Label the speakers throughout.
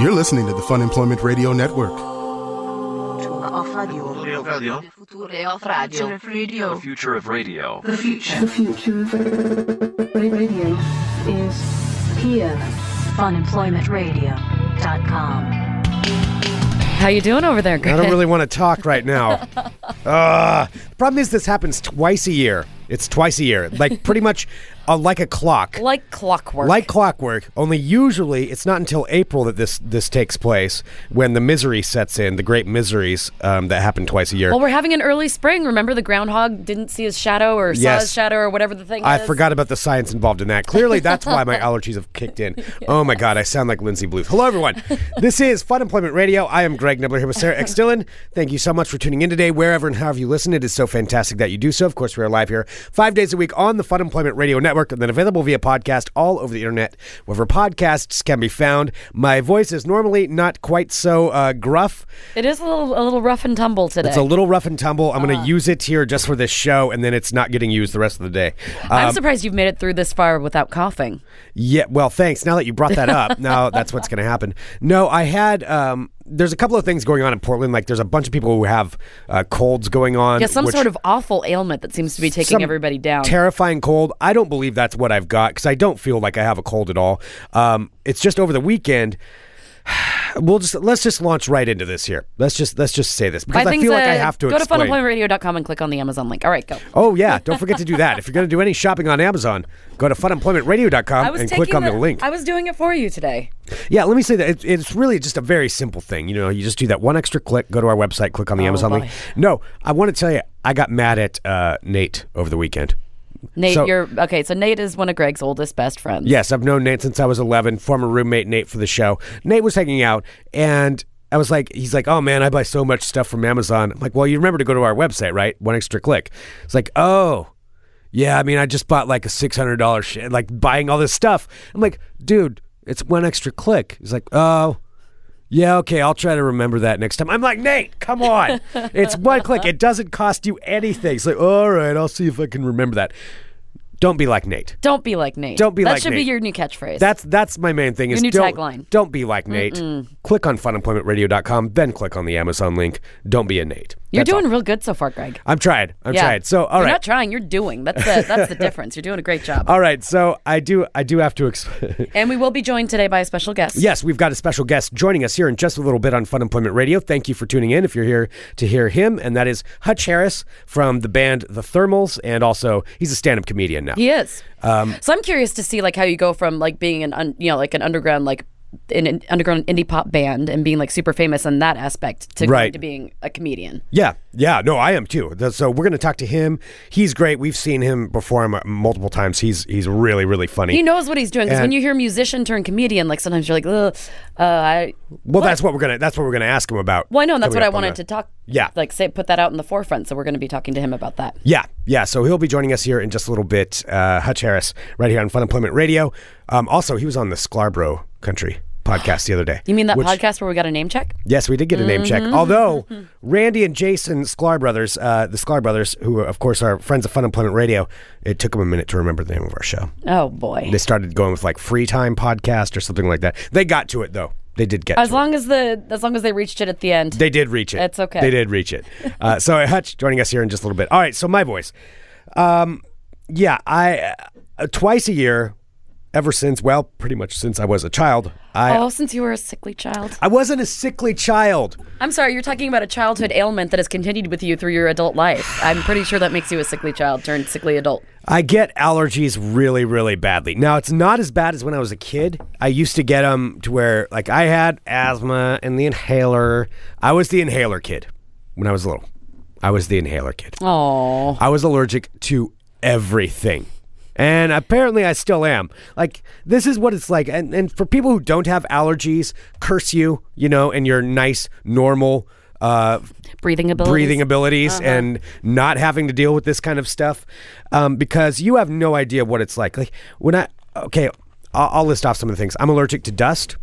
Speaker 1: You're listening to the Fun Employment Radio Network.
Speaker 2: Off radio. Future off radio.
Speaker 3: The future of radio.
Speaker 2: The future.
Speaker 4: The future of radio is here.
Speaker 5: funemploymentradio.com.
Speaker 6: How you doing over there,
Speaker 7: I
Speaker 6: Greg?
Speaker 7: don't really want to talk right now. Ugh. The problem is this happens twice a year. It's twice a year, like pretty much uh, like a clock,
Speaker 6: like clockwork.
Speaker 7: like clockwork. Only usually it's not until April that this this takes place when the misery sets in, the great miseries um, that happen twice a year.
Speaker 6: well, we're having an early spring. Remember the groundhog didn't see his shadow or saw his
Speaker 7: Yes.
Speaker 6: shadow or whatever the thing
Speaker 7: I
Speaker 6: is?
Speaker 7: forgot about the science involved in that. Clearly, that's why my allergies have kicked in. Oh my God, I sound like Lindsay Bluth. Hello, everyone. this is Fun Employment Radio. I am Greg Nibbler here with Sarah X. Dillon. Thank you so much for tuning in today, wherever and however you listen. It is so fantastic that you do so. Of course, we are live here five days a week on the Fun Employment Radio Network and then available via podcast all over the internet, wherever podcasts can be found. My voice is normally not quite so uh, gruff.
Speaker 6: It is a little, a little rough and tumble today.
Speaker 7: It's a little rough and tumble. I'm going to use it here just for this show, and then it's not getting used the rest of the day. um,
Speaker 6: I'm surprised you've made it through this far without coughing.
Speaker 7: Yeah, well, thanks. Now that you brought that up, now that's what's going to happen. No, I had. Um, there's a couple of things going on in Portland. Like, there's a bunch of people who have uh, colds going on.
Speaker 6: Yeah, some
Speaker 7: which-
Speaker 6: sort of awful ailment that seems to be taking
Speaker 7: some
Speaker 6: everybody down.
Speaker 7: Terrifying cold. I don't believe that's what I've got because I don't feel like I have a cold at all. Um, it's just over the weekend. We'll just let's just launch right into this here. Let's just let's just say this because I
Speaker 6: thing's,
Speaker 7: feel like I
Speaker 6: uh,
Speaker 7: have to
Speaker 6: go
Speaker 7: explain.
Speaker 6: to funemploymentradio.com and click on the Amazon link. All right, go.
Speaker 7: Oh yeah, don't forget to do that. If you're going to do any shopping on Amazon, go to funemploymentradio.com and click on the, link.
Speaker 6: I was doing it for you today.
Speaker 7: Yeah, let me say that it, it's really just a very simple thing. You know, you just do that one extra click, go to our website, click on the Amazon
Speaker 6: boy.
Speaker 7: link. No, I want to tell you, I got mad at uh, Nate over the weekend.
Speaker 6: Nate,
Speaker 7: So-
Speaker 6: you're okay. So Nate is one of Greg's oldest best friends.
Speaker 7: Yes, I've known Nate since I was 11, former roommate Nate for the show. Nate was hanging out, and I was like, he's like, oh man, I buy so much stuff from Amazon. I'm like, well, you remember to go to our website, right? One extra click. It's like, oh. Yeah, I mean, I just bought like a six hundred dollars shit, like buying all this stuff. I'm like, dude, it's one extra click. He's like, oh, Yeah, okay, I'll try to remember that next time. I'm like, Nate, come on. it's one click. It doesn't cost you anything. It's like, all right, I'll see if I can remember that. Don't be like Nate.
Speaker 6: Don't be like Nate.
Speaker 7: Don't be
Speaker 6: that
Speaker 7: like
Speaker 6: should be
Speaker 7: Nate.
Speaker 6: your new catchphrase.
Speaker 7: That's that's my main thing is
Speaker 6: new
Speaker 7: don't,
Speaker 6: tagline.
Speaker 7: Don't be like Nate. Click on funemploymentradio.com, then click on the Amazon link. Don't be a Nate.
Speaker 6: you're
Speaker 7: That's all.
Speaker 6: doing real good so far, Greg.
Speaker 7: I'm trying. I'm trying. So all
Speaker 6: you're
Speaker 7: right. Uh,
Speaker 6: not trying. You're doing. That's the that's the difference. You're doing a great job.
Speaker 7: all right. So I do I do have to explain
Speaker 6: And we will be joined today by a special guest.
Speaker 7: Yes, we've got a special guest joining us here in just a little bit on Fun Employment Radio. Thank you for tuning in if you're here to hear him, and that is Hutch Harris from the band The Thermals, and also he's a stand up comedian now.
Speaker 6: he is.
Speaker 7: Um,
Speaker 6: so I'm curious to see like how you go from like being an un, you know like an underground like an, an underground indie pop band and being like super famous in that aspect to going
Speaker 7: Right.
Speaker 6: to being a comedian.
Speaker 7: Yeah, yeah, no, I am too. Th- So we're going to talk to him. He's great. We've seen him perform uh, multiple times. He's he's really really funny.
Speaker 6: He knows what he's doing because when
Speaker 7: And-
Speaker 6: you hear musician turn comedian, like sometimes you're like, Ugh, uh, I
Speaker 7: well, that's what we're gonna that's what we're gonna ask him about.
Speaker 6: well I know and that's
Speaker 7: coming
Speaker 6: what I
Speaker 7: up on
Speaker 6: wanted
Speaker 7: the-
Speaker 6: to talk.
Speaker 7: Yeah.
Speaker 6: like say put that out in the forefront. So we're going to be talking to him about that.
Speaker 7: Yeah, yeah. So he'll be joining us here in just a little bit. Uh, Hutch Harris, right here on Fun Employment Radio. Um, also, he was on the Scarborough Country podcast the other day.
Speaker 6: You mean that
Speaker 7: which-
Speaker 6: podcast Mm-hmm. where we got a name check?
Speaker 7: Yes, we did get a name check. Although Randy and Jason Sklar brothers, uh, the Sklar brothers, who of course are friends of Fun Employment Radio, it took them a minute to remember the name of our show.
Speaker 6: Oh boy.
Speaker 7: They started going with like Free Time Podcast or something like that. They got to it though. They did get.
Speaker 6: As
Speaker 7: to it.
Speaker 6: long as the as long as they reached it at the end.
Speaker 7: They did reach it.
Speaker 6: That's okay.
Speaker 7: They did reach it. Uh, so Hutch joining us here in just a little bit. All right. So my voice. Um, yeah, I uh, twice a year, ever since well, pretty much since I was a child. I
Speaker 6: oh, since you were a sickly child.
Speaker 7: I wasn't a sickly child.
Speaker 6: I'm sorry, you're talking about a childhood ailment that has continued with you through your adult life. I'm pretty sure that makes you a sickly child turned sickly adult.
Speaker 7: I get allergies really, really badly. Now, it's not as bad as when I was a kid. I used to get them to where, like, I had asthma and the inhaler. I was the inhaler kid when I was little. I was the inhaler kid.
Speaker 6: Oh.
Speaker 7: I was allergic to everything. And apparently I still am. Like this is what it's like. And and for people who don't have allergies, curse you, you know, and your nice, normal uh
Speaker 6: Breathing ability.
Speaker 7: breathing abilities
Speaker 6: Uh-huh.
Speaker 7: and not having to deal with this kind of stuff um, because you have no idea what it's like. Like when I okay, I'll, I'll list off some of the things. I'm allergic to dust,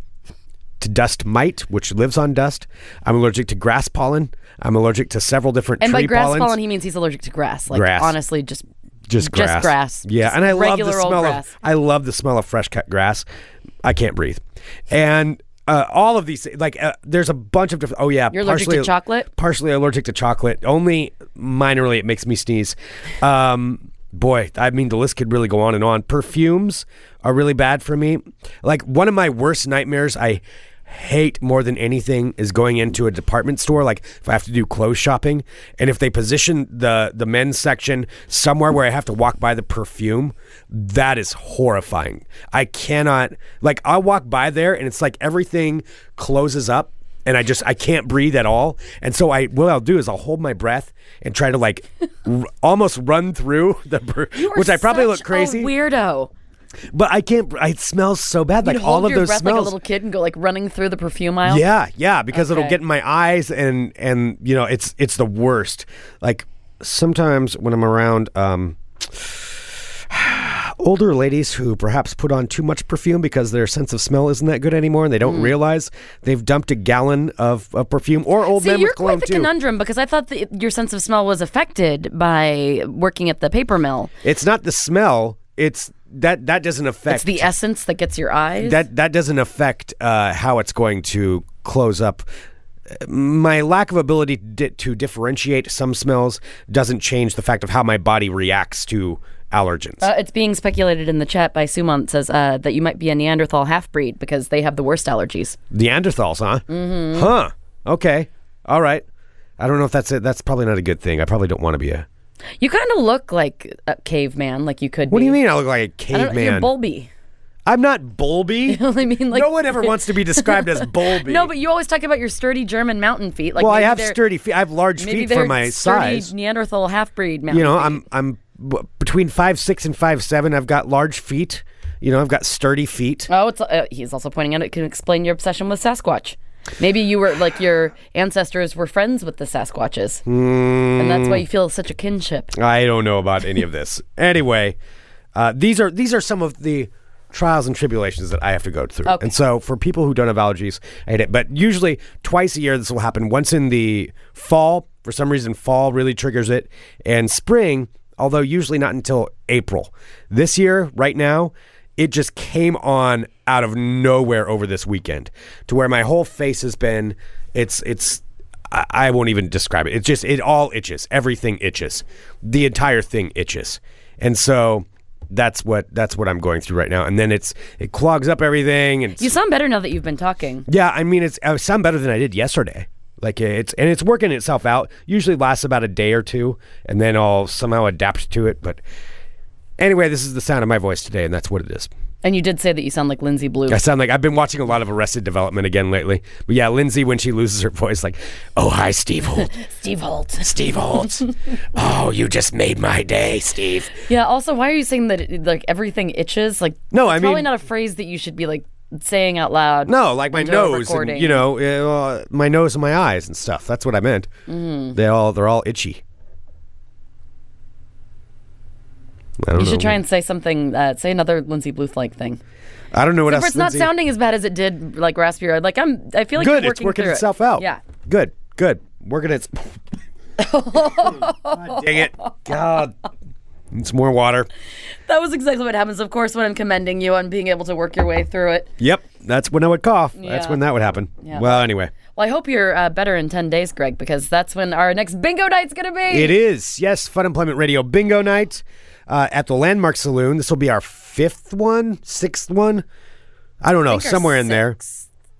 Speaker 7: to dust mite, which lives on dust. I'm allergic to grass pollen. I'm allergic to several different
Speaker 6: And
Speaker 7: tree
Speaker 6: by grass
Speaker 7: pollens.
Speaker 6: pollen, he means he's allergic to grass. Like
Speaker 7: Grass.
Speaker 6: honestly, just
Speaker 7: just grass.
Speaker 6: Just grass.
Speaker 7: Yeah,
Speaker 6: Just
Speaker 7: and I love
Speaker 6: regular
Speaker 7: the
Speaker 6: old
Speaker 7: smell
Speaker 6: grass.
Speaker 7: of I love the smell of fresh cut grass. I can't breathe. And uh, all of these like uh, there's a bunch of different. Oh yeah,
Speaker 6: You're allergic to chocolate?
Speaker 7: Partially allergic to chocolate. Only minorly, it makes me sneeze. Um, boy, I mean the list could really go on and on. Perfumes are really bad for me. Like one of my worst nightmares, I hate more than anything is going into a department store like if I have to do clothes shopping and if they position the the men's section somewhere where I have to walk by the perfume that is horrifying I cannot like I'll walk by there and it's like everything closes up and I just I can't breathe at all. And so I what I'll do is I'll hold my breath and try to like r- almost run through the per- which I probably look
Speaker 6: Such a
Speaker 7: crazy,
Speaker 6: weirdo.
Speaker 7: but I can't. br- It smells so bad, like
Speaker 6: You'd
Speaker 7: all
Speaker 6: hold
Speaker 7: of
Speaker 6: your
Speaker 7: those
Speaker 6: breath
Speaker 7: smells.
Speaker 6: like a little kid and go like running through the perfume aisle.
Speaker 7: yeah, yeah, because it'll
Speaker 6: Okay.
Speaker 7: get in my eyes, and and you know it's it's the worst. Like sometimes when I'm around. um Older ladies who perhaps put on too much perfume because their sense of smell isn't that good anymore, and they
Speaker 6: Mm.
Speaker 7: don't realize they've dumped a gallon of, of perfume. Or old
Speaker 6: See,
Speaker 7: men
Speaker 6: you're
Speaker 7: with cologne
Speaker 6: quite the
Speaker 7: too.
Speaker 6: conundrum because I thought that your sense of smell was affected by working at the paper mill.
Speaker 7: It's not the smell. It's that that doesn't affect
Speaker 6: It's the essence that gets your eyes.
Speaker 7: that that doesn't affect uh, how it's going to close up. My lack of ability di- to differentiate some smells doesn't change the fact of how my body reacts to allergens.
Speaker 6: Uh, it's being speculated in the chat by Sumant it says uh, that you might be a Neanderthal half breed because they have the worst allergies.
Speaker 7: Neanderthals, huh? Mm-hmm. Huh. Okay. All right. I don't know if that's it. That's probably not a good thing. I probably don't want to be a.
Speaker 6: You kind of look like a caveman, like you could.
Speaker 7: What
Speaker 6: be.
Speaker 7: do you mean? I look like a
Speaker 6: I don't, You're
Speaker 7: caveman.
Speaker 6: bulby.
Speaker 7: I'm not bulby.
Speaker 6: I mean, like
Speaker 7: no one ever wants to be described as bulby.
Speaker 6: No, but you always talk about your sturdy German mountain feet. Like
Speaker 7: well, I
Speaker 6: maybe
Speaker 7: have
Speaker 6: they're-
Speaker 7: sturdy feet. I have large
Speaker 6: Maybe
Speaker 7: feet
Speaker 6: they're
Speaker 7: for my
Speaker 6: sturdy
Speaker 7: size.
Speaker 6: Neanderthal half breed mountain.
Speaker 7: you know,
Speaker 6: feet.
Speaker 7: I'm I'm b- between five six and five seven. I've got large feet. You know, I've got sturdy feet.
Speaker 6: Oh, it's uh, he's also pointing out it can explain your obsession with Sasquatch. Maybe you were like your ancestors were friends with the Sasquatches, and that's
Speaker 7: Hmm.
Speaker 6: why you feel such a kinship.
Speaker 7: I don't know about any of this. Anyway, uh, these are these are some of the trials and tribulations that I have to go through.
Speaker 6: Okay.
Speaker 7: And so, for people who don't have allergies, I hate it. But usually, twice a year, this will happen. Once in the fall, for some reason, fall really triggers it, and spring, although usually not until April. This year, right now. It just came on out of nowhere over this weekend, to where my whole face has been. It's it's I, I won't even describe it. It's just it all itches. Everything itches. The entire thing itches. And so that's what that's what I'm going through right now. And then it's it clogs up everything. And
Speaker 6: You sound better now that you've been talking.
Speaker 7: yeah, I mean it's I sound better than I did yesterday. Like it's and it's working itself out. Usually lasts about a day or two, and then I'll somehow adapt to it. But anyway, this is the sound of my voice today, and that's what it is.
Speaker 6: And you did say that you sound like Lindsay Blue.
Speaker 7: I sound like I've been watching a lot of Arrested Development again lately. But yeah, Lindsay when she loses her voice, like, oh hi Steve Holt.
Speaker 6: Steve Holt.
Speaker 7: Steve Holtz. oh, you just made my day, Steve.
Speaker 6: Yeah. Also, why are you saying that it, like everything itches? Like
Speaker 7: No,
Speaker 6: it's
Speaker 7: I
Speaker 6: probably
Speaker 7: mean-
Speaker 6: not a phrase that you should be like saying out loud.
Speaker 7: No, like my
Speaker 6: into a
Speaker 7: nose, and,
Speaker 6: recording.
Speaker 7: you know, uh, my nose and my eyes and stuff. That's what I meant.
Speaker 6: Mm.
Speaker 7: They all they're all itchy. I don't
Speaker 6: You
Speaker 7: know.
Speaker 6: should try and say something. Uh, say another Lindsay Bluth like thing.
Speaker 7: I don't know what
Speaker 6: But
Speaker 7: else.
Speaker 6: it's not
Speaker 7: Lindsay-
Speaker 6: sounding as bad as it did like raspier. Like I'm. I feel like
Speaker 7: good.
Speaker 6: You're working
Speaker 7: It's working
Speaker 6: through it.
Speaker 7: itself out.
Speaker 6: Yeah.
Speaker 7: Good. Good. Working its. God dang it! God, it's more water.
Speaker 6: That was exactly what happens, of course, when I'm commending you on being able to work your way through it.
Speaker 7: Yep, that's when I would cough. That's
Speaker 6: Yeah.
Speaker 7: when that would happen.
Speaker 6: Yeah.
Speaker 7: Well, anyway.
Speaker 6: Well, I hope you're uh, better in 10 days, Greg, because that's when our next bingo night's going to be.
Speaker 7: It is, yes, Fun Employment Radio Bingo Night uh, at the Landmark Saloon. This will be our fifth one, sixth one. I don't know,
Speaker 6: think our
Speaker 7: somewhere in there,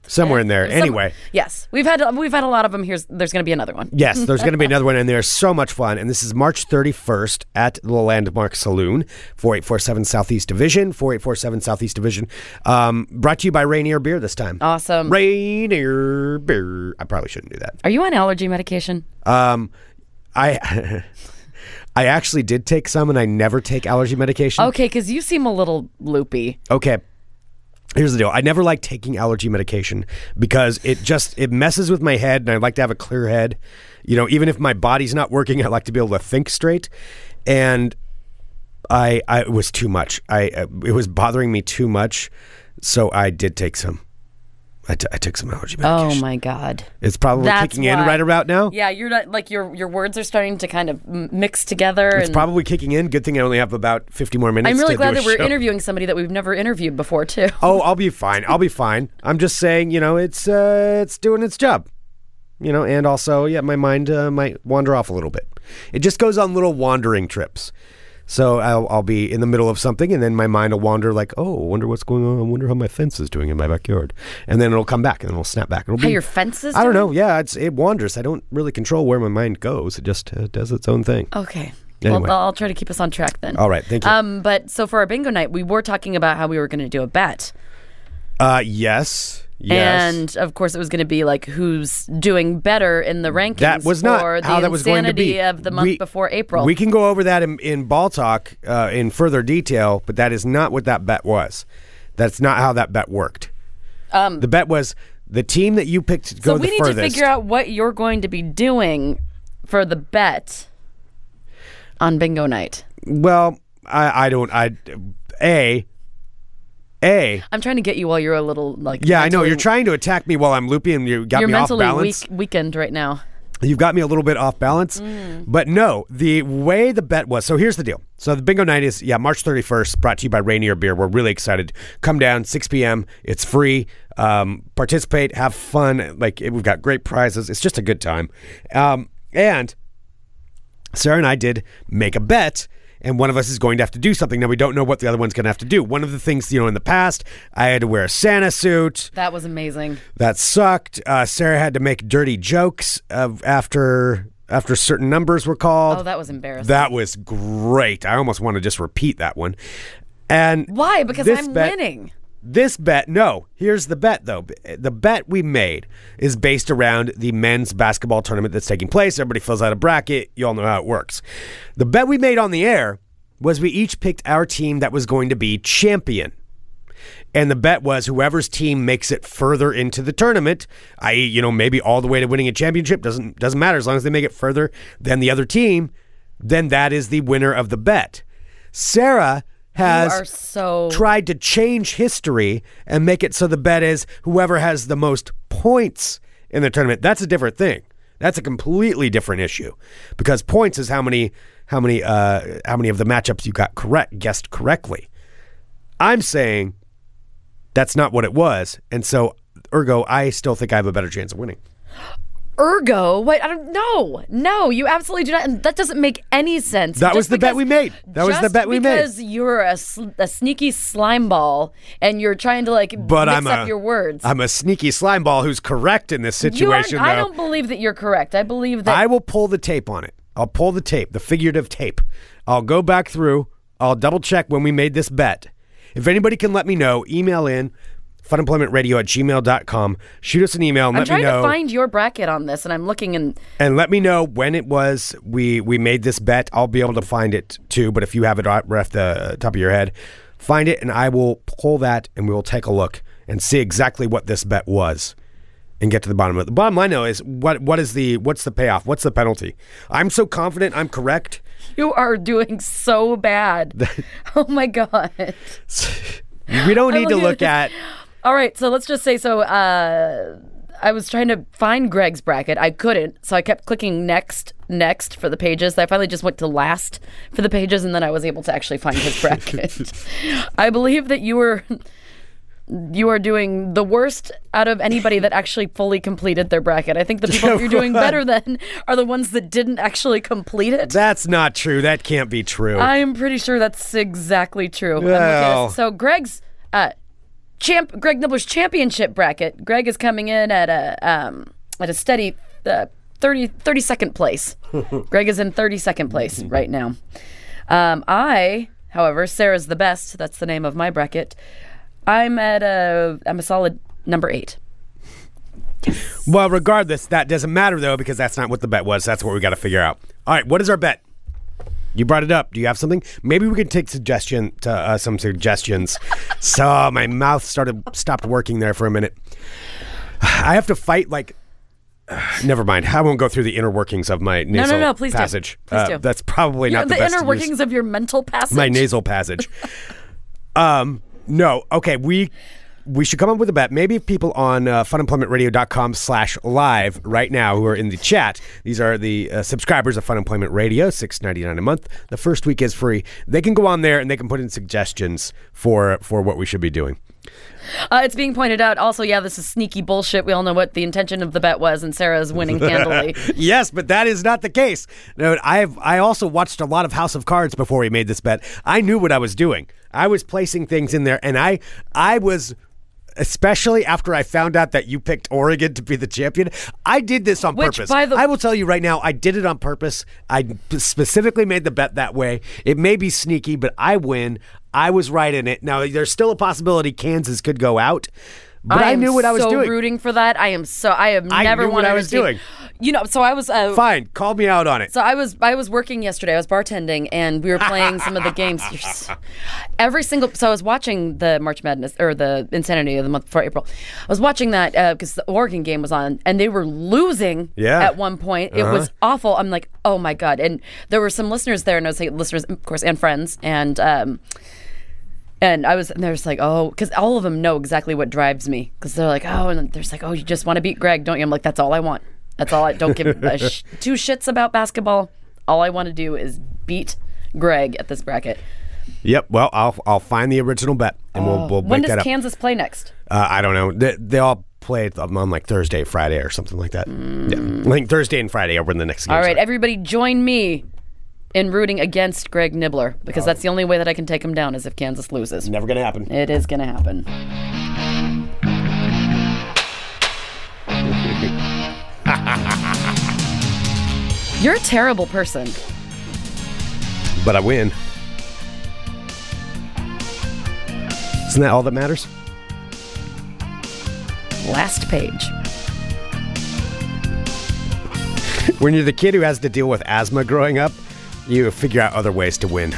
Speaker 7: somewhere in there.
Speaker 6: Some-
Speaker 7: Anyway,
Speaker 6: Yes, we've had we've had a lot of them. Here's there's going to be another one.
Speaker 7: yes, there's going to be another one, and there's so much fun. And this is March 31st at the Landmark Saloon, 4847 Southeast Division, 4847 Southeast Division. Um, brought to you by Rainier Beer this time.
Speaker 6: Awesome.
Speaker 7: Rainier Beer. I probably shouldn't do that.
Speaker 6: Are you on allergy medication?
Speaker 7: Um, I I actually did take some, and I never take allergy medication.
Speaker 6: Okay, because you seem a little loopy.
Speaker 7: Okay. Here's the deal. I never like taking allergy medication because it just it messes with my head and I like to have a clear head. You know, even if my body's not working, I like to be able to think straight. And I I it was too much. I uh, it was bothering me too much, so I did take some. I, t- I took some allergy
Speaker 6: Oh
Speaker 7: medication.
Speaker 6: my god.
Speaker 7: It's probably
Speaker 6: That's
Speaker 7: kicking in
Speaker 6: why-
Speaker 7: right about now.
Speaker 6: Yeah, you're not like your your words are starting to kind of m- mix together.
Speaker 7: It's
Speaker 6: and
Speaker 7: probably kicking in. Good thing I only have about 50 more minutes.
Speaker 6: I'm really
Speaker 7: to
Speaker 6: glad
Speaker 7: do a
Speaker 6: that we're
Speaker 7: show.
Speaker 6: interviewing somebody that we've never interviewed before too.
Speaker 7: Oh, I'll be fine. I'll be fine. I'm just saying, you know, it's uh, it's doing its job. You know, and also, yeah, my mind uh, might wander off a little bit. It just goes on little wandering trips. So I'll, I'll be in the middle of something, and then my mind will wander like, oh, I wonder what's going on. I wonder how my fence is doing in my backyard. And then it'll come back, and then it'll snap back. It'll
Speaker 6: How
Speaker 7: be,
Speaker 6: your fence is
Speaker 7: I don't know.
Speaker 6: doing?
Speaker 7: Yeah, it's it wanders. I don't really control where my mind goes. It just uh, does its own thing.
Speaker 6: Okay.
Speaker 7: Anyway.
Speaker 6: Well, I'll try to keep us on track then.
Speaker 7: All right, thank you.
Speaker 6: Um, but so for our bingo night, we were talking about how we were going to do a bet,
Speaker 7: Uh, yes, yes.
Speaker 6: and of course it was going to be like who's doing better in the rankings.
Speaker 7: That was not
Speaker 6: for the
Speaker 7: how that was going to
Speaker 6: insanity
Speaker 7: be.
Speaker 6: of the month
Speaker 7: We-
Speaker 6: before April.
Speaker 7: We can go over that in, in ball talk uh, in further detail, but that is not what that bet was. That's not how that bet worked. Um, the bet was the team that you picked to go
Speaker 6: so we
Speaker 7: the
Speaker 6: need
Speaker 7: furthest.
Speaker 6: to figure out what you're going to be doing for the bet on bingo night.
Speaker 7: Well, I, I don't. I a a
Speaker 6: I'm trying to get you while you're a little like
Speaker 7: yeah. I know
Speaker 6: mentally-
Speaker 7: you're trying to attack me while I'm loopy, and you got
Speaker 6: you're
Speaker 7: me off
Speaker 6: mentally
Speaker 7: balance.
Speaker 6: weak weakened right now.
Speaker 7: You've got me a little bit off balance, but no, the way the bet was. So here's the deal. So the bingo night is yeah March 31st, brought to you by Rainier Beer. We're really excited. Come down 6 p.m. It's free. Um, participate, have fun. Like it- we've got great prizes. It's just a good time. Um, and Sarah and I did make a bet, and one of us is going to have to do something. Now we don't know what the other one's going to have to do. One of the things you know in the past, I had to wear a Santa suit
Speaker 6: That was amazing.
Speaker 7: that sucked. Uh, Sarah had to make dirty jokes of after after certain numbers were called.
Speaker 6: Oh, that was embarrassing.
Speaker 7: That was great. I almost want to just repeat that one. And
Speaker 6: Why? Because
Speaker 7: this
Speaker 6: I'm
Speaker 7: bet-
Speaker 6: winning.
Speaker 7: This bet, no. Here's the bet, though. The bet we made is based around the men's basketball tournament that's taking place. Everybody fills out a bracket. You all know how it works. The bet we made on the air was we each picked our team that was going to be champion. And the bet was whoever's team makes it further into the tournament, i.e., you know, maybe all the way to winning a championship, doesn't doesn't matter as long as they make it further than the other team, then that is the winner of the bet. Sarah has
Speaker 6: are so-
Speaker 7: tried to change history and make it so the bet is whoever has the most points in the tournament. That's a different thing. That's a completely different issue because points is how many how many uh, how many of the matchups you got correct guessed correctly. I'm saying that's not what it was, and so ergo, I still think I have a better chance of winning.
Speaker 6: Ergo, what? I don't know. No, you absolutely do not. And that doesn't make any sense.
Speaker 7: That was the bet we made. That was the
Speaker 6: just
Speaker 7: bet we made.
Speaker 6: Because you're a, sl- a sneaky slime ball and you're trying to like
Speaker 7: But
Speaker 6: mix
Speaker 7: I'm
Speaker 6: up
Speaker 7: a-
Speaker 6: your words.
Speaker 7: I'm a sneaky slime ball who's correct in this
Speaker 6: you aren't-
Speaker 7: situation.
Speaker 6: I
Speaker 7: though.
Speaker 6: don't believe that you're correct. I believe that.
Speaker 7: I will pull the tape on it. I'll pull the tape, the figurative tape. I'll go back through. I'll double check when we made this bet. If anybody can let me know, email in funemploymentradio at gmail.com. Shoot us an email and
Speaker 6: I'm
Speaker 7: let me
Speaker 6: trying
Speaker 7: know.
Speaker 6: to find your bracket on this, and I'm looking, and
Speaker 7: and let me know when it was we we made this bet. I'll be able to find it too. But if you have it right off the top of your head, find it and I will pull that and we will take a look and see exactly what this bet was and get to the bottom of it. The bottom line though is what what is the what's the payoff? What's the penalty? I'm so confident I'm correct.
Speaker 6: you are doing so bad. oh my god.
Speaker 7: We don't need to
Speaker 6: looking at
Speaker 7: look
Speaker 6: this.
Speaker 7: at
Speaker 6: All right, so let's just say so. Uh, I was trying to find Greg's bracket. I couldn't, so I kept clicking next, next for the pages. I finally just went to last for the pages, and then I was able to actually find his bracket. I believe that you were. You are doing the worst out of anybody that actually fully completed their bracket. I think the people that you're doing
Speaker 7: Right.
Speaker 6: better than are the ones that didn't actually complete it.
Speaker 7: that's not true. That can't be true.
Speaker 6: I'm pretty sure that's exactly true. I'm looking
Speaker 7: Well.
Speaker 6: at, so Greg's uh, champ, Greg Nibbler's championship bracket. Greg is coming in at a um, at a steady uh, 30 32nd place. Greg is in 32nd place right now. Um, I, however, Sarah's the best. That's the name of my bracket. I'm at a I'm a solid number eight.
Speaker 7: well, regardless, that doesn't matter though because that's not what the bet was. That's what we got to figure out. All right, what is our bet? You brought it up. Do you have something? Maybe we could take suggestion to uh, some suggestions. so my mouth started stopped working there for a minute. I have to fight like. Never mind. I won't go through the inner workings of my nasal
Speaker 6: no, please do.
Speaker 7: passage. Uh,
Speaker 6: Please do.
Speaker 7: That's probably
Speaker 6: You know,
Speaker 7: not the,
Speaker 6: the
Speaker 7: best
Speaker 6: inner
Speaker 7: use-
Speaker 6: workings of your mental passage.
Speaker 7: my nasal passage. um, no, okay, we we should come up with a bet. Maybe if people on uh, funemploymentradio.com slash live right now who are in the chat, these are the uh, subscribers of Fun Employment Radio, six ninety nine a month. The first week is free. They can go on there and they can put in suggestions for for what we should be doing.
Speaker 6: Uh, it's being pointed out also, yeah, this is sneaky bullshit. We all know what the intention of the bet was, and Sarah is winning handily.
Speaker 7: yes, but that is not the case. No, I've I also watched a lot of House of Cards before we made this bet. I knew what I was doing. I was placing things in there, and I I was especially after I found out that you picked Oregon to be the champion. I did this on
Speaker 6: Which,
Speaker 7: purpose.
Speaker 6: by the-
Speaker 7: I will tell you right now, I did it on purpose. I p- specifically made the bet that way. It may be sneaky, but I win. I was right in it. Now there's still a possibility Kansas could go out. But I,
Speaker 6: am
Speaker 7: knew what I was
Speaker 6: so
Speaker 7: doing.
Speaker 6: rooting for that. I am so. I have
Speaker 7: I
Speaker 6: never
Speaker 7: knew what
Speaker 6: wanted
Speaker 7: I
Speaker 6: to
Speaker 7: was
Speaker 6: see-
Speaker 7: doing.
Speaker 6: You know, so I was. Uh,
Speaker 7: Fine, call me out on it.
Speaker 6: So I was I was working yesterday. I was bartending, and we were playing some of the games. Every single so I was watching the March Madness or the Insanity of the month before April. I was watching that because the Oregon game was on, and they were losing.
Speaker 7: Yeah. Uh-huh.
Speaker 6: At one point, it was awful. I'm like, oh my god! And there were some listeners there, and I was like, listeners, of course, and friends, and. um and I was, and they're just like, oh, because all of them know exactly what drives me. Because they're like, oh, and they're just like, oh, you just want to beat Greg, don't you? I'm like, that's all I want. That's all I don't give a sh- two shits about basketball. All I want to do is beat Greg at this bracket.
Speaker 7: Yep. Well, I'll I'll find the original bet and we'll we'll
Speaker 6: Oh. when
Speaker 7: make that
Speaker 6: does
Speaker 7: up.
Speaker 6: Kansas play next?
Speaker 7: uh, I don't know. They, they all play it on like Thursday, Friday, or something like that. Yeah. I think Thursday and Friday are when the next. Games
Speaker 6: Mm. All right,
Speaker 7: are.
Speaker 6: everybody, join me in rooting against Greg Nibbler because that's the only way that I can take him down is if Kansas loses.
Speaker 7: Never gonna happen.
Speaker 6: It is gonna happen. You're a terrible person.
Speaker 7: But I win. Isn't that all that matters?
Speaker 6: Last page.
Speaker 7: When you're the kid who has to deal with asthma growing up, you figure out other ways to win.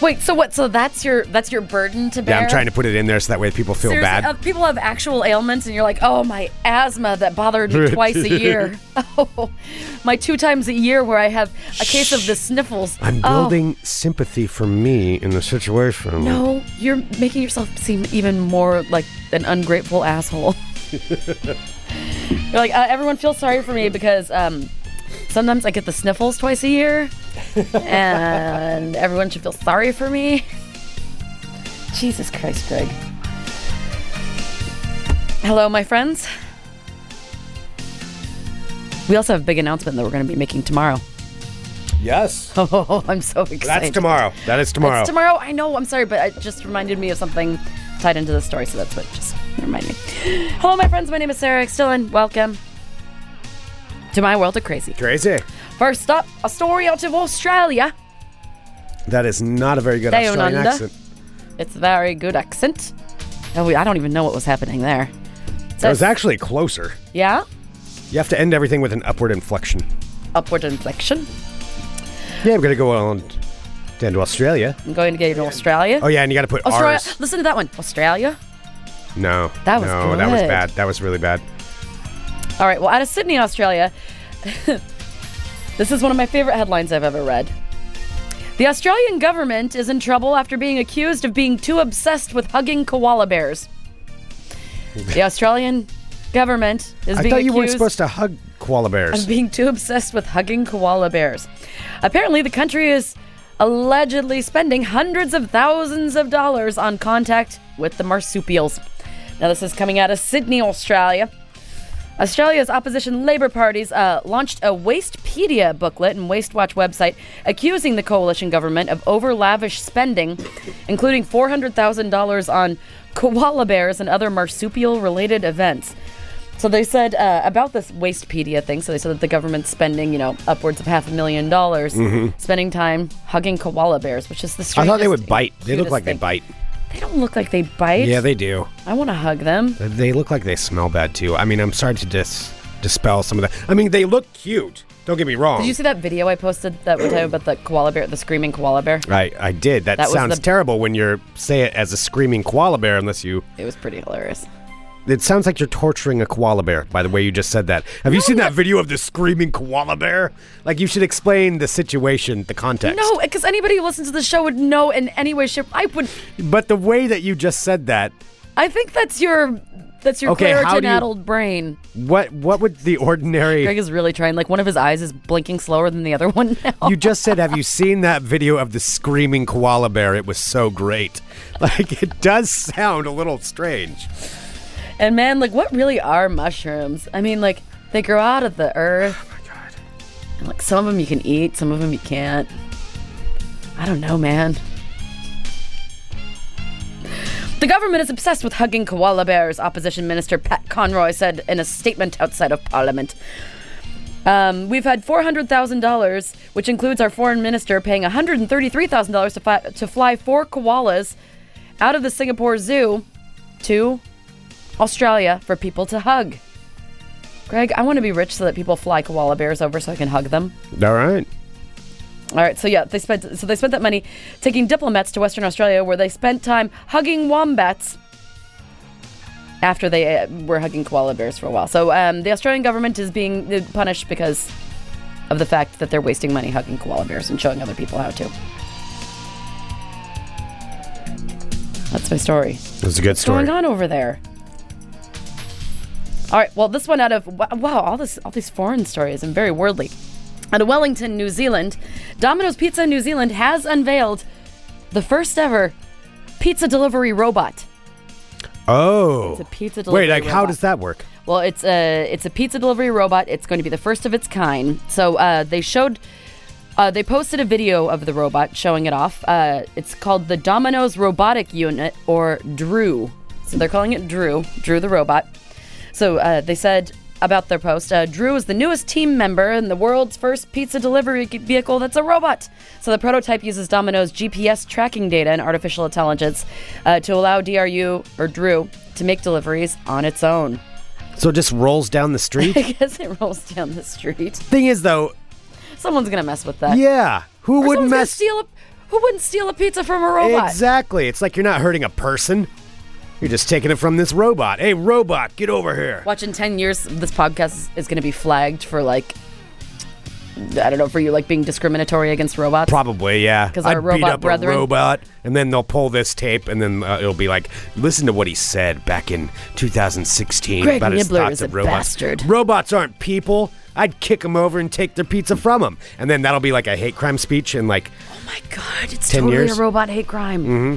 Speaker 6: Wait, so what? So that's your that's your burden to
Speaker 7: Yeah,
Speaker 6: bear.
Speaker 7: I'm trying to put it in there so that way people feel
Speaker 6: Seriously,
Speaker 7: bad.
Speaker 6: uh, people have actual ailments, and you're like, oh, my asthma that bothered me twice a year. Oh, my two times a year where I have a case of the sniffles.
Speaker 7: I'm
Speaker 6: Oh.
Speaker 7: building sympathy for me in the situation.
Speaker 6: No, you're making yourself seem even more like an ungrateful asshole. you're like, uh, everyone feels sorry for me because um, sometimes I get the sniffles twice a year, and everyone should feel sorry for me. Jesus Christ, Greg. Hello, my friends. We also have a big announcement that we're going to be making tomorrow.
Speaker 7: Yes.
Speaker 6: Oh, I'm so excited.
Speaker 7: That's tomorrow. That is tomorrow.
Speaker 6: It's tomorrow. I know. I'm sorry, but it just reminded me of something tied into the story, so that's what just reminded me. Hello, my friends. My name is Sarah Stillin. Welcome to my world of crazy.
Speaker 7: Crazy.
Speaker 6: First up, a story out of Australia.
Speaker 7: That is not a very good
Speaker 6: Down
Speaker 7: Australian
Speaker 6: under.
Speaker 7: accent.
Speaker 6: It's a very good accent. Oh, we- I don't even know what was happening there.
Speaker 7: That was actually closer.
Speaker 6: yeah,
Speaker 7: You have to end everything with an upward inflection.
Speaker 6: upward inflection.
Speaker 7: Yeah, I'm gonna go on down to Australia.
Speaker 6: I'm going to get you to Australia.
Speaker 7: Oh yeah, and you got to put
Speaker 6: Australia.
Speaker 7: R's.
Speaker 6: Listen to that one, Australia.
Speaker 7: No,
Speaker 6: That was
Speaker 7: no, that was
Speaker 6: good.
Speaker 7: bad. That was really bad.
Speaker 6: All right, well, out of Sydney, Australia, this is one of my favorite headlines I've ever read. The Australian government is in trouble after being accused of being too obsessed with hugging koala bears. The Australian government is
Speaker 7: I
Speaker 6: being
Speaker 7: thought you weren't
Speaker 6: accused
Speaker 7: supposed to hug koala bears.
Speaker 6: of being too obsessed with hugging koala bears. Apparently, the country is allegedly spending hundreds of thousands of dollars on contact with the marsupials. Now, this is coming out of Sydney, Australia. Australia's opposition Labour parties uh, launched a Wastepedia booklet and Waste Watch website accusing the coalition government of over lavish spending, including $400,000 on koala bears and other marsupial related events. So they said uh, about this Wastepedia thing. So they said that the government's spending, you know, upwards of half a million dollars, spending time hugging koala bears, which is the
Speaker 7: Mm-hmm. I
Speaker 6: strangest.
Speaker 7: thought they would bite. They look
Speaker 6: cutest
Speaker 7: like they
Speaker 6: thing.
Speaker 7: bite.
Speaker 6: They don't look like they bite.
Speaker 7: Yeah, they do.
Speaker 6: I want to hug them.
Speaker 7: They look like they smell bad too. I mean, I'm sorry to dis- dispel some of that. I mean, they look cute. Don't get me wrong.
Speaker 6: Did you see that video I posted that one time about the koala bear, the screaming koala bear?
Speaker 7: I, I did. That,
Speaker 6: That was
Speaker 7: sounds
Speaker 6: the-
Speaker 7: terrible when you're say it as a screaming koala bear, unless you.
Speaker 6: It was pretty hilarious.
Speaker 7: It sounds like you're torturing a koala bear. By the way, you just said that. Have you seen that video of the screaming koala bear? Like, you should explain the situation, the context.
Speaker 6: No, because anybody who listens to the show would know in any way, shape. I would.
Speaker 7: But the way that you just said that
Speaker 6: I think that's your that's your
Speaker 7: Okay, how do you-
Speaker 6: Claritin-addled brain.
Speaker 7: What what would the
Speaker 6: Greg
Speaker 7: ordinary
Speaker 6: is really trying. Like one of his eyes is blinking slower than the other one now.
Speaker 7: You just said have you seen that video of the screaming koala bear? It was so great. Like it does sound a little strange.
Speaker 6: and man, like what really are mushrooms? I mean, like they grow out of the earth. And, Like some of them you can eat, some of them you can't. I don't know, man. The government is obsessed with hugging koala bears, opposition minister Pat Conroy said in a statement outside of parliament. Um, we've had $400,000, which includes our foreign minister paying $133,000 to, fi- to fly four koalas out of the Singapore Zoo to Australia for people to hug. Greg, I want to be rich so that people fly koala bears over so I can hug them.
Speaker 7: All right.
Speaker 6: All right, so yeah, they spent so they spent that money taking diplomats to Western Australia, where they spent time hugging wombats. After they uh, were hugging koala bears for a while, so um, the Australian government is being uh, punished because of the fact that they're wasting money hugging koala bears and showing other people how to. That's my story.
Speaker 7: That's a good story.
Speaker 6: What's going on over there? All right. Well, this one out of wa- wow, all this, all these foreign stories and very worldly. Out of Wellington, New Zealand, Domino's Pizza New Zealand has unveiled the first ever pizza delivery robot.
Speaker 7: Oh.
Speaker 6: It's a pizza delivery
Speaker 7: Wait, like how
Speaker 6: robot.
Speaker 7: does that work?
Speaker 6: Well, it's a it's a pizza delivery robot. It's going to be the first of its kind. So uh, they showed. Uh, they posted a video of the robot showing it off. Uh, it's called the Domino's Robotic Unit, or Drew. So they're calling it Drew, Drew the robot. So uh, they said about their post uh, Drew is the newest team member in the world's first pizza delivery g- vehicle that's a robot. So the prototype uses Domino's GPS tracking data and artificial intelligence uh, to allow DRU, or Drew, to make deliveries on its own.
Speaker 7: So it just rolls down the street?
Speaker 6: Because it rolls down the street.
Speaker 7: Thing is though,
Speaker 6: Someone's gonna mess with that.
Speaker 7: yeah, who
Speaker 6: Or
Speaker 7: would
Speaker 6: someone's gonna
Speaker 7: mess
Speaker 6: steal a, who wouldn't steal a pizza from a robot?
Speaker 7: Exactly. It's like you're not hurting a person. You're just taking it from this robot. Hey, robot, get over here.
Speaker 6: Watch in ten years, this podcast is, is gonna be flagged for like, I don't know, for you like being discriminatory against robots.
Speaker 7: Probably, yeah.
Speaker 6: 'Cause
Speaker 7: I'd
Speaker 6: our
Speaker 7: beat
Speaker 6: robot
Speaker 7: up
Speaker 6: brethren-
Speaker 7: a robot, and then they'll pull this tape, and then uh, it'll be like, listen to what he said back in 2016
Speaker 6: Greg
Speaker 7: about his
Speaker 6: Nibbler
Speaker 7: thoughts
Speaker 6: is a
Speaker 7: of robots.
Speaker 6: bastard.
Speaker 7: Robots aren't people. I'd kick them over and take their pizza from them, and then that'll be like a hate crime speech, and like,
Speaker 6: oh my god, it's
Speaker 7: 10
Speaker 6: totally
Speaker 7: years?
Speaker 6: a robot hate crime. Mm-hmm.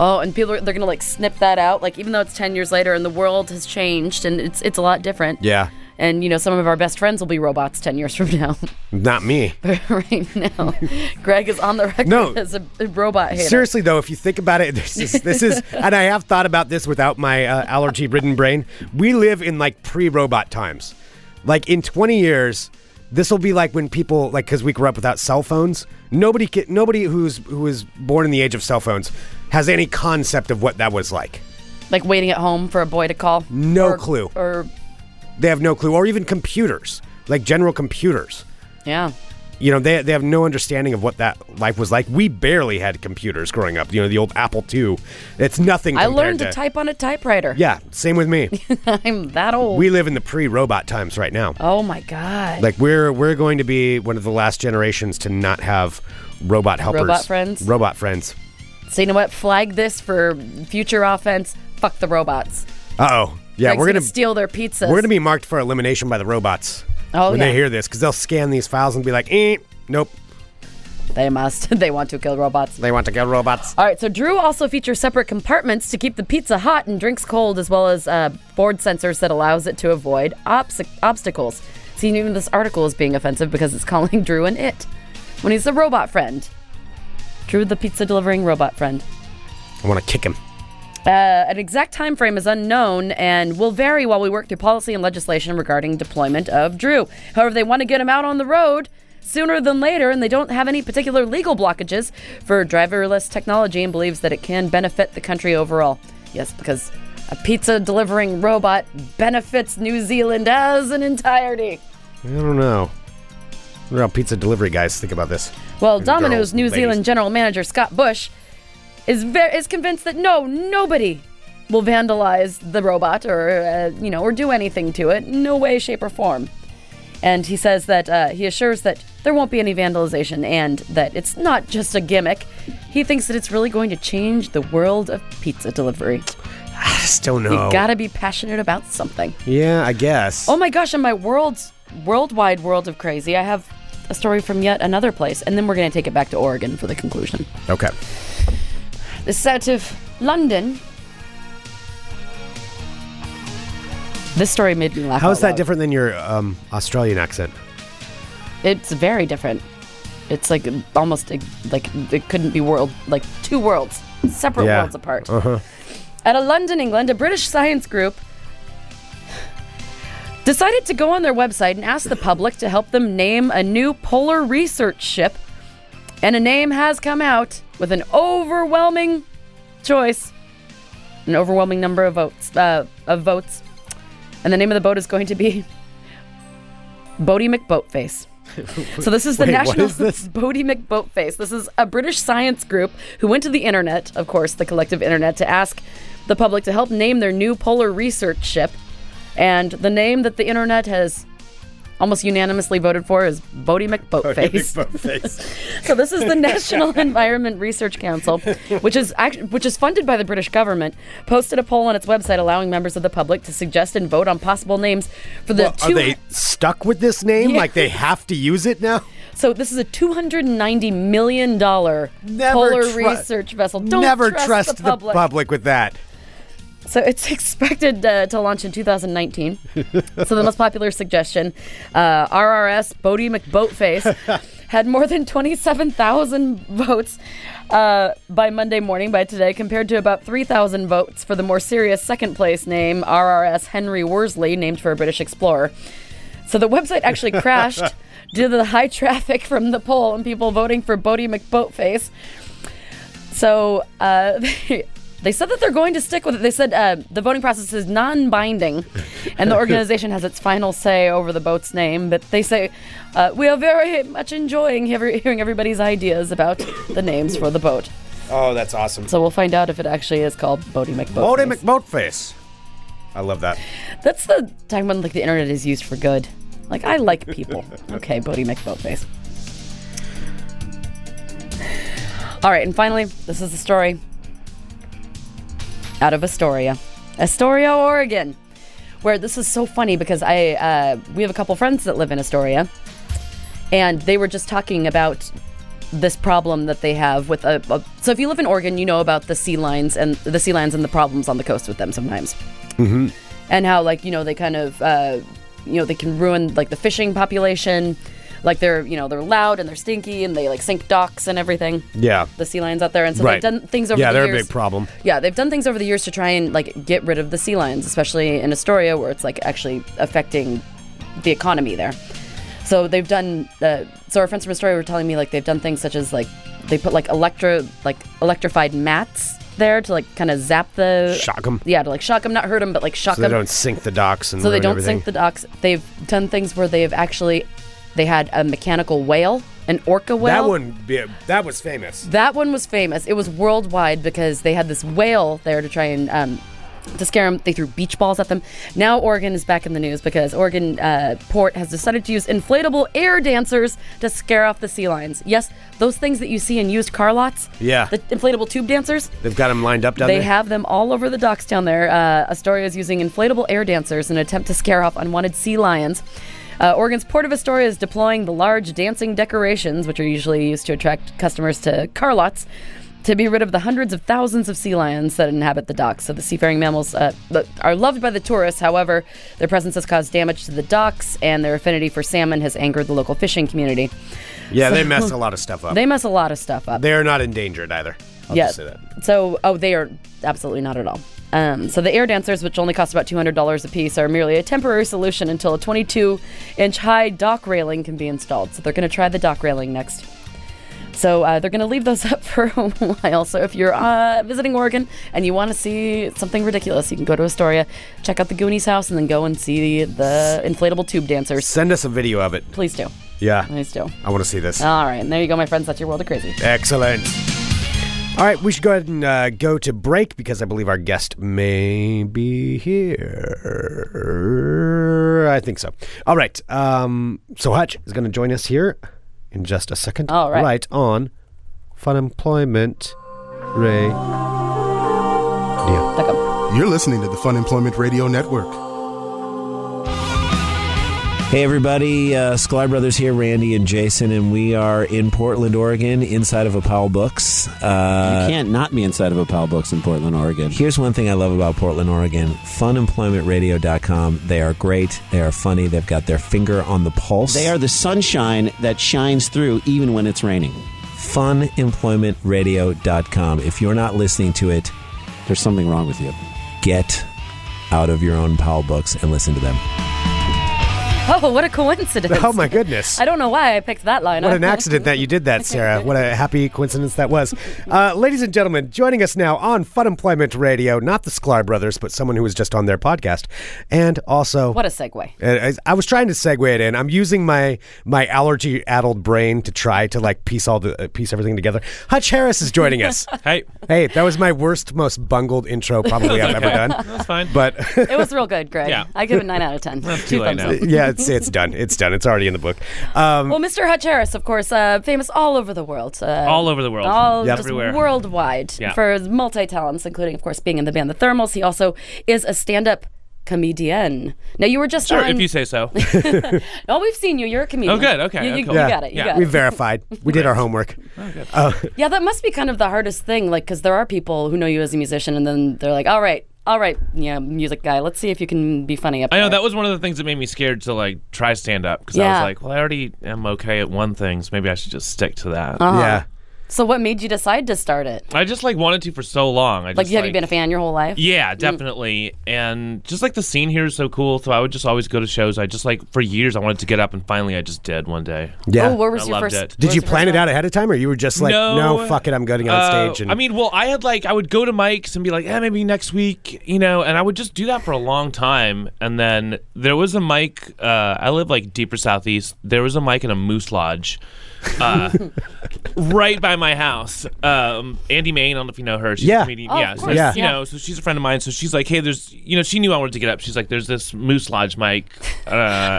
Speaker 6: Oh, and people are, they're gonna like snip that out. Like even though it's ten years later and the world has changed and it's it's a lot different.
Speaker 7: yeah,
Speaker 6: And you know, some of our best friends will be robots ten years from now.
Speaker 7: not me.
Speaker 6: right now, Greg is on the record
Speaker 7: No.
Speaker 6: as a a robot hater.
Speaker 7: Seriously though, if you think about it, this is this is, and I have thought about this without my uh, allergy-ridden brain. We live in like pre-robot times. Like in 20 years, this will be like when people like because we grew up without cell phones. Nobody can, nobody who's who is born in the age of cell phones has any concept of what that was like.
Speaker 6: Like waiting at home for a boy to call?
Speaker 7: No
Speaker 6: Or-
Speaker 7: clue.
Speaker 6: Or,
Speaker 7: They have no clue, or even computers, like general computers.
Speaker 6: yeah.
Speaker 7: you know they, they have no understanding of what that life was like we barely had computers growing up you know the old apple ii it's nothing
Speaker 6: I
Speaker 7: compared
Speaker 6: learned to type on a typewriter.
Speaker 7: yeah same with me
Speaker 6: I'm that old.
Speaker 7: we live in the pre-robot times right now
Speaker 6: oh my God.
Speaker 7: like we're we're going to be one of the last generations to not have robot helpers
Speaker 6: Robot friends?
Speaker 7: robot friends
Speaker 6: so, you know what? Flag this for future offense. Fuck the robots.
Speaker 7: uh-oh yeah
Speaker 6: Greg's
Speaker 7: we're
Speaker 6: gonna,
Speaker 7: gonna
Speaker 6: steal their pizzas.
Speaker 7: we're gonna be marked for elimination by the robots
Speaker 6: Oh,
Speaker 7: when
Speaker 6: yeah.
Speaker 7: they hear this because they'll scan these files and be like eh, nope
Speaker 6: They must. they want to kill robots.
Speaker 7: they want to kill robots
Speaker 6: All right, so Drew also features separate compartments to keep the pizza hot and drinks cold, as well as uh, board sensors that allows it to avoid obs- obstacles. See, even this article is being offensive because it's calling Drew an it when he's the robot friend. Drew, the pizza delivering robot friend.
Speaker 7: i want to kick him
Speaker 6: Uh, an exact time frame is unknown and will vary while we work through policy and legislation regarding deployment of Drew. However, they want to get him out on the road sooner than later, and they don't have any particular legal blockages for driverless technology and believes that it can benefit the country overall. Yes, because a pizza delivering robot benefits New Zealand as an entirety.
Speaker 7: i don't know what about pizza delivery guys think about this
Speaker 6: Well,
Speaker 7: These are all
Speaker 6: Domino's New
Speaker 7: ladies.
Speaker 6: Zealand general manager Scott Bush is ver- is convinced that no, nobody will vandalize the robot or uh, you know or do anything to it, no way, shape, or form. And he says that uh, he assures that there won't be any vandalization and that it's not just a gimmick. He thinks that it's really going to change the world of pizza delivery.
Speaker 7: just don't know.
Speaker 6: You gotta be passionate about something.
Speaker 7: yeah, I guess.
Speaker 6: Oh my gosh, in my world's worldwide world of crazy, I have a story from yet another place, and then we're gonna take it back to Oregon for the conclusion.
Speaker 7: okay.
Speaker 6: This is out of London. This story made me laugh.
Speaker 7: How is
Speaker 6: out
Speaker 7: that
Speaker 6: loud.
Speaker 7: different than your um, Australian accent?
Speaker 6: It's very different. It's like almost uh, like it couldn't be world like two worlds, separate
Speaker 7: Yeah.
Speaker 6: worlds apart.
Speaker 7: Uh-huh.
Speaker 6: At a London, England, a British science group decided to go on their website and ask the public to help them name a new polar research ship, and a name has come out with an overwhelming choice, an overwhelming number of votes. Uh, of votes, and the name of the boat is going to be Bodie McBoatface. So this is the
Speaker 7: Wait, what
Speaker 6: national
Speaker 7: is this?
Speaker 6: Bodie McBoatface. This is a British science group who went to the internet, of course, the collective internet, to ask the public to help name their new polar research ship. And the name that the internet has almost unanimously voted for is Bodie McBoatface. So this is the National Environment Research Council, which is act- which is funded by the British government, posted a poll on its website allowing members of the public to suggest and vote on possible names for the
Speaker 7: Well,
Speaker 6: two.
Speaker 7: are they stuck with this name?
Speaker 6: Yeah.
Speaker 7: Like they have to use it now?
Speaker 6: so this is a two hundred and ninety million dollar
Speaker 7: Never
Speaker 6: polar
Speaker 7: tru-
Speaker 6: research vessel. Don't
Speaker 7: Never
Speaker 6: trust,
Speaker 7: trust
Speaker 6: the public.
Speaker 7: with that.
Speaker 6: So it's expected uh, to launch in 2019. so the most popular suggestion, uh, RRS Bodie McBoatface, had more than 27,000 votes uh, by Monday morning by today, compared to about 3,000 votes for the more serious second place name, RRS Henry Worsley, named for a British explorer. So the website actually crashed due to the high traffic from the poll and people voting for Bodie McBoatface. So uh, they, they said that they're going to stick with it. They said uh, the voting process is non binding and the organization has its final say over the boat's name. But they say, uh, we are very much enjoying every, hearing everybody's ideas about the names for the boat.
Speaker 7: Oh, that's awesome.
Speaker 6: So we'll find out if it actually is called Bodie McBoat.
Speaker 7: Bodie McBoatface. I love that.
Speaker 6: That's the time when like the internet is used for good. Like I like people. okay, Bodie McBoatface. All right, and finally, this is the story out of Astoria, Astoria, Oregon, where this is so funny because I uh, we have a couple friends that live in Astoria, and they were just talking about this problem that they have with a, a so if you live in Oregon, you know about the sea lions and the sea lions and the problems on the coast with them sometimes and how like you know they kind of uh, you know they can ruin like the fishing population like they're you know they're loud and they're stinky and they like sink docks and everything
Speaker 7: Yeah.
Speaker 6: the sea lions out there and so
Speaker 7: Right.
Speaker 6: they've done things over
Speaker 7: Yeah,
Speaker 6: the
Speaker 7: they're a
Speaker 6: years
Speaker 7: big problem.
Speaker 6: yeah they've done things over the years to try and like get rid of the sea lions especially in astoria where it's like actually affecting the economy there so they've done uh, so our friends from astoria were telling me like they've done things such as like they put like electro like electrified mats there to like kind of zap the
Speaker 7: Shock 'em.
Speaker 6: yeah to like shock them not hurt them but like shock
Speaker 7: So they
Speaker 6: them
Speaker 7: don't sink the docks and
Speaker 6: so they
Speaker 7: ruin
Speaker 6: don't
Speaker 7: everything.
Speaker 6: sink the docks. They've done things where they've actually they had a mechanical whale, an orca whale.
Speaker 7: that one be, that was famous.
Speaker 6: That one was famous. It was worldwide because they had this whale there to try and um, to scare them. They threw beach balls at them. Now Oregon is back in the news because Oregon uh, Port has decided to use inflatable air dancers to scare off the sea lions. Yes, those things that you see in used car lots.
Speaker 7: Yeah.
Speaker 6: the inflatable tube dancers.
Speaker 7: They've got them lined up down
Speaker 6: They
Speaker 7: there.
Speaker 6: have them all over the docks down there. Uh, Astoria is using inflatable air dancers in an attempt to scare off unwanted sea lions. Uh, Oregon's Port of Astoria is deploying the large dancing decorations, which are usually used to attract customers to car lots, to be rid of the hundreds of thousands of sea lions that inhabit the docks. So the seafaring mammals uh, th- are loved by the tourists. However, their presence has caused damage to the docks, and their affinity for salmon has angered the local fishing community.
Speaker 7: yeah, they mess a lot of stuff up.
Speaker 6: They mess a lot of stuff up.
Speaker 7: They are not endangered either. I'll
Speaker 6: Yeah.
Speaker 7: just say that.
Speaker 6: So, oh, they are absolutely not at all. Um, so the air dancers, which only cost about two hundred dollars a piece, are merely a temporary solution until a twenty-two inch high dock railing can be installed. So they're going to try the dock railing next. So uh, they're going to leave those up for a while. So if you're uh, visiting Oregon and you want to see something ridiculous, you can go to Astoria, check out the Goonies house, and then go and see the inflatable tube dancers.
Speaker 7: Send us a video of it.
Speaker 6: Please do.
Speaker 7: Yeah.
Speaker 6: Please do.
Speaker 7: I want to see this.
Speaker 6: All right, and there you go, my friends. That's your world of crazy.
Speaker 7: Excellent. All right, we should go ahead and uh, go to break because I believe our guest may be here. I think so. All right. Um, so Hutch is going to join us here in just a second.
Speaker 6: All right.
Speaker 7: Right on Fun Employment Ray.
Speaker 6: Back up.
Speaker 1: You're listening to the Fun Employment Radio Network.
Speaker 5: Hey everybody, uh, Sklar Brothers here, Randy and Jason, and we are in Portland, Oregon, inside of Apollo Books. Uh,
Speaker 8: you can't not be inside of a Pal Books in Portland, Oregon.
Speaker 5: Here's one thing I love about Portland, Oregon funemploymentradio.com. They are great. They are funny. They've got their finger on the pulse.
Speaker 8: They are the sunshine that shines through even when it's raining.
Speaker 5: funemploymentradio.com. If you're not listening to it,
Speaker 8: There's something wrong with you.
Speaker 5: get out of your own Powell books and listen to them.
Speaker 6: Oh, what a coincidence.
Speaker 7: Oh my goodness.
Speaker 6: I don't know why I picked that line.
Speaker 7: What
Speaker 6: I-
Speaker 7: an accident that you did that, Sarah. What a happy coincidence that was. Uh, ladies and gentlemen, joining us now on Fun Employment Radio, not the Sklar brothers, but someone who was just on their podcast. And also,
Speaker 6: What a segue.
Speaker 7: Uh, I, I was trying to segue it in. I'm using my my allergy addled brain to try to like piece all the uh, piece everything together. Hutch Harris is joining us.
Speaker 9: Hey,
Speaker 7: hey, that was my worst, most bungled intro probably I've ever done.
Speaker 9: that's fine.
Speaker 7: But
Speaker 6: It was real good, Greg.
Speaker 9: Yeah.
Speaker 6: I give it 9 out of 10.
Speaker 9: too
Speaker 6: Two
Speaker 9: late
Speaker 6: thumbs
Speaker 9: now.
Speaker 6: up.
Speaker 7: yeah, it's it's done. It's done. It's already in the book. Um,
Speaker 6: Well, Mr. Hutch Harris, of course, uh, famous all over the world. Uh,
Speaker 9: all over the world,
Speaker 6: all just
Speaker 9: everywhere.
Speaker 6: worldwide
Speaker 9: Yeah.
Speaker 6: for his multi talents, including, of course, being in the band The Thermals. He also is a stand up comedian. Now, you were just
Speaker 9: Sure,
Speaker 6: on.
Speaker 9: if you say so.
Speaker 6: Oh, we've seen you. You're a comedian.
Speaker 9: Oh, good. Okay,
Speaker 6: You, you,
Speaker 9: okay.
Speaker 6: you
Speaker 9: Yeah.
Speaker 6: got it. You
Speaker 9: Yeah.
Speaker 6: got
Speaker 7: we
Speaker 6: it.
Speaker 7: verified. We did our homework.
Speaker 6: Yeah, that must be kind of the hardest thing, like, because there are people who know you as a musician, and then they're like, all right, all right, yeah, music guy, let's see if you can be funny up
Speaker 9: I know
Speaker 6: there."
Speaker 9: that was one of the things that made me scared to like try stand up because I
Speaker 6: Yeah.
Speaker 9: was like, well, I already am okay at one thing, so maybe I should just stick to that.
Speaker 6: Uh, Uh-huh.
Speaker 7: Yeah.
Speaker 6: So, what made you decide to start it?
Speaker 9: I just like wanted to for so long. I just,
Speaker 6: Like, have you been a fan your whole life?
Speaker 9: Yeah, definitely. And just like the scene here is so cool, so I would just always go to shows. I just like for years I wanted to get up, and finally I just did one day.
Speaker 7: Yeah.
Speaker 6: Oh, where was
Speaker 9: I
Speaker 6: your
Speaker 9: loved
Speaker 6: first?
Speaker 9: it.
Speaker 6: where
Speaker 7: Did
Speaker 6: was
Speaker 7: you
Speaker 6: your
Speaker 7: plan
Speaker 6: first
Speaker 7: it out
Speaker 6: time?
Speaker 7: ahead of time, or you were just like, no, fuck it, I'm getting on
Speaker 9: Uh,
Speaker 7: stage? And
Speaker 9: I mean, well, I had like I would go to mics and be like, yeah, maybe next week, you know, and I would just do that for a long time. And then there was a mic. Uh, I live like deeper southeast. There was a mic in a moose lodge, uh, right by my house. Um, Andy Main, I don't know if you know her. She's
Speaker 7: Yeah.
Speaker 9: a comedian.
Speaker 6: Oh, of
Speaker 9: yeah, so,
Speaker 6: course,
Speaker 7: Yeah.
Speaker 9: you
Speaker 6: yeah.
Speaker 9: know, so she's a friend of mine. So she's like, hey, there's, you know, she knew I wanted to get up. She's like, there's this moose lodge mic. Uh,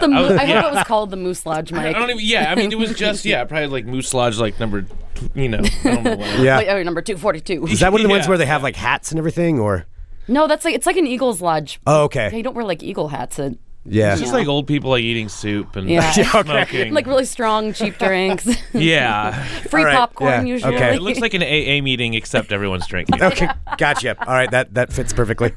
Speaker 6: The
Speaker 9: I
Speaker 6: mo-
Speaker 9: was-
Speaker 6: I hope
Speaker 9: yeah.
Speaker 6: it was called the Moose Lodge, Mike.
Speaker 9: I don't even. Yeah, I mean, it was just yeah, probably like Moose Lodge, like number, tw- you know, I don't know what. it
Speaker 7: yeah.
Speaker 6: Wait, oh, number two forty-two.
Speaker 7: Is that one of the ones
Speaker 9: Yeah.
Speaker 7: where they have like hats and everything, or?
Speaker 6: No, that's like it's like an Eagles Lodge.
Speaker 7: Oh,
Speaker 6: Yeah, you
Speaker 7: okay.
Speaker 6: don't wear like eagle hats. And,
Speaker 7: Yeah.
Speaker 9: It's just
Speaker 6: Yeah.
Speaker 9: like old people like eating soup and
Speaker 6: Yeah. Yeah,
Speaker 9: smoking.
Speaker 6: like really strong, cheap drinks,
Speaker 9: yeah.
Speaker 6: free
Speaker 7: All right,
Speaker 6: popcorn
Speaker 7: yeah,
Speaker 6: usually.
Speaker 7: okay.
Speaker 9: it looks like an AA meeting except everyone's drinking.
Speaker 7: Okay, gotcha. All right, that that fits perfectly.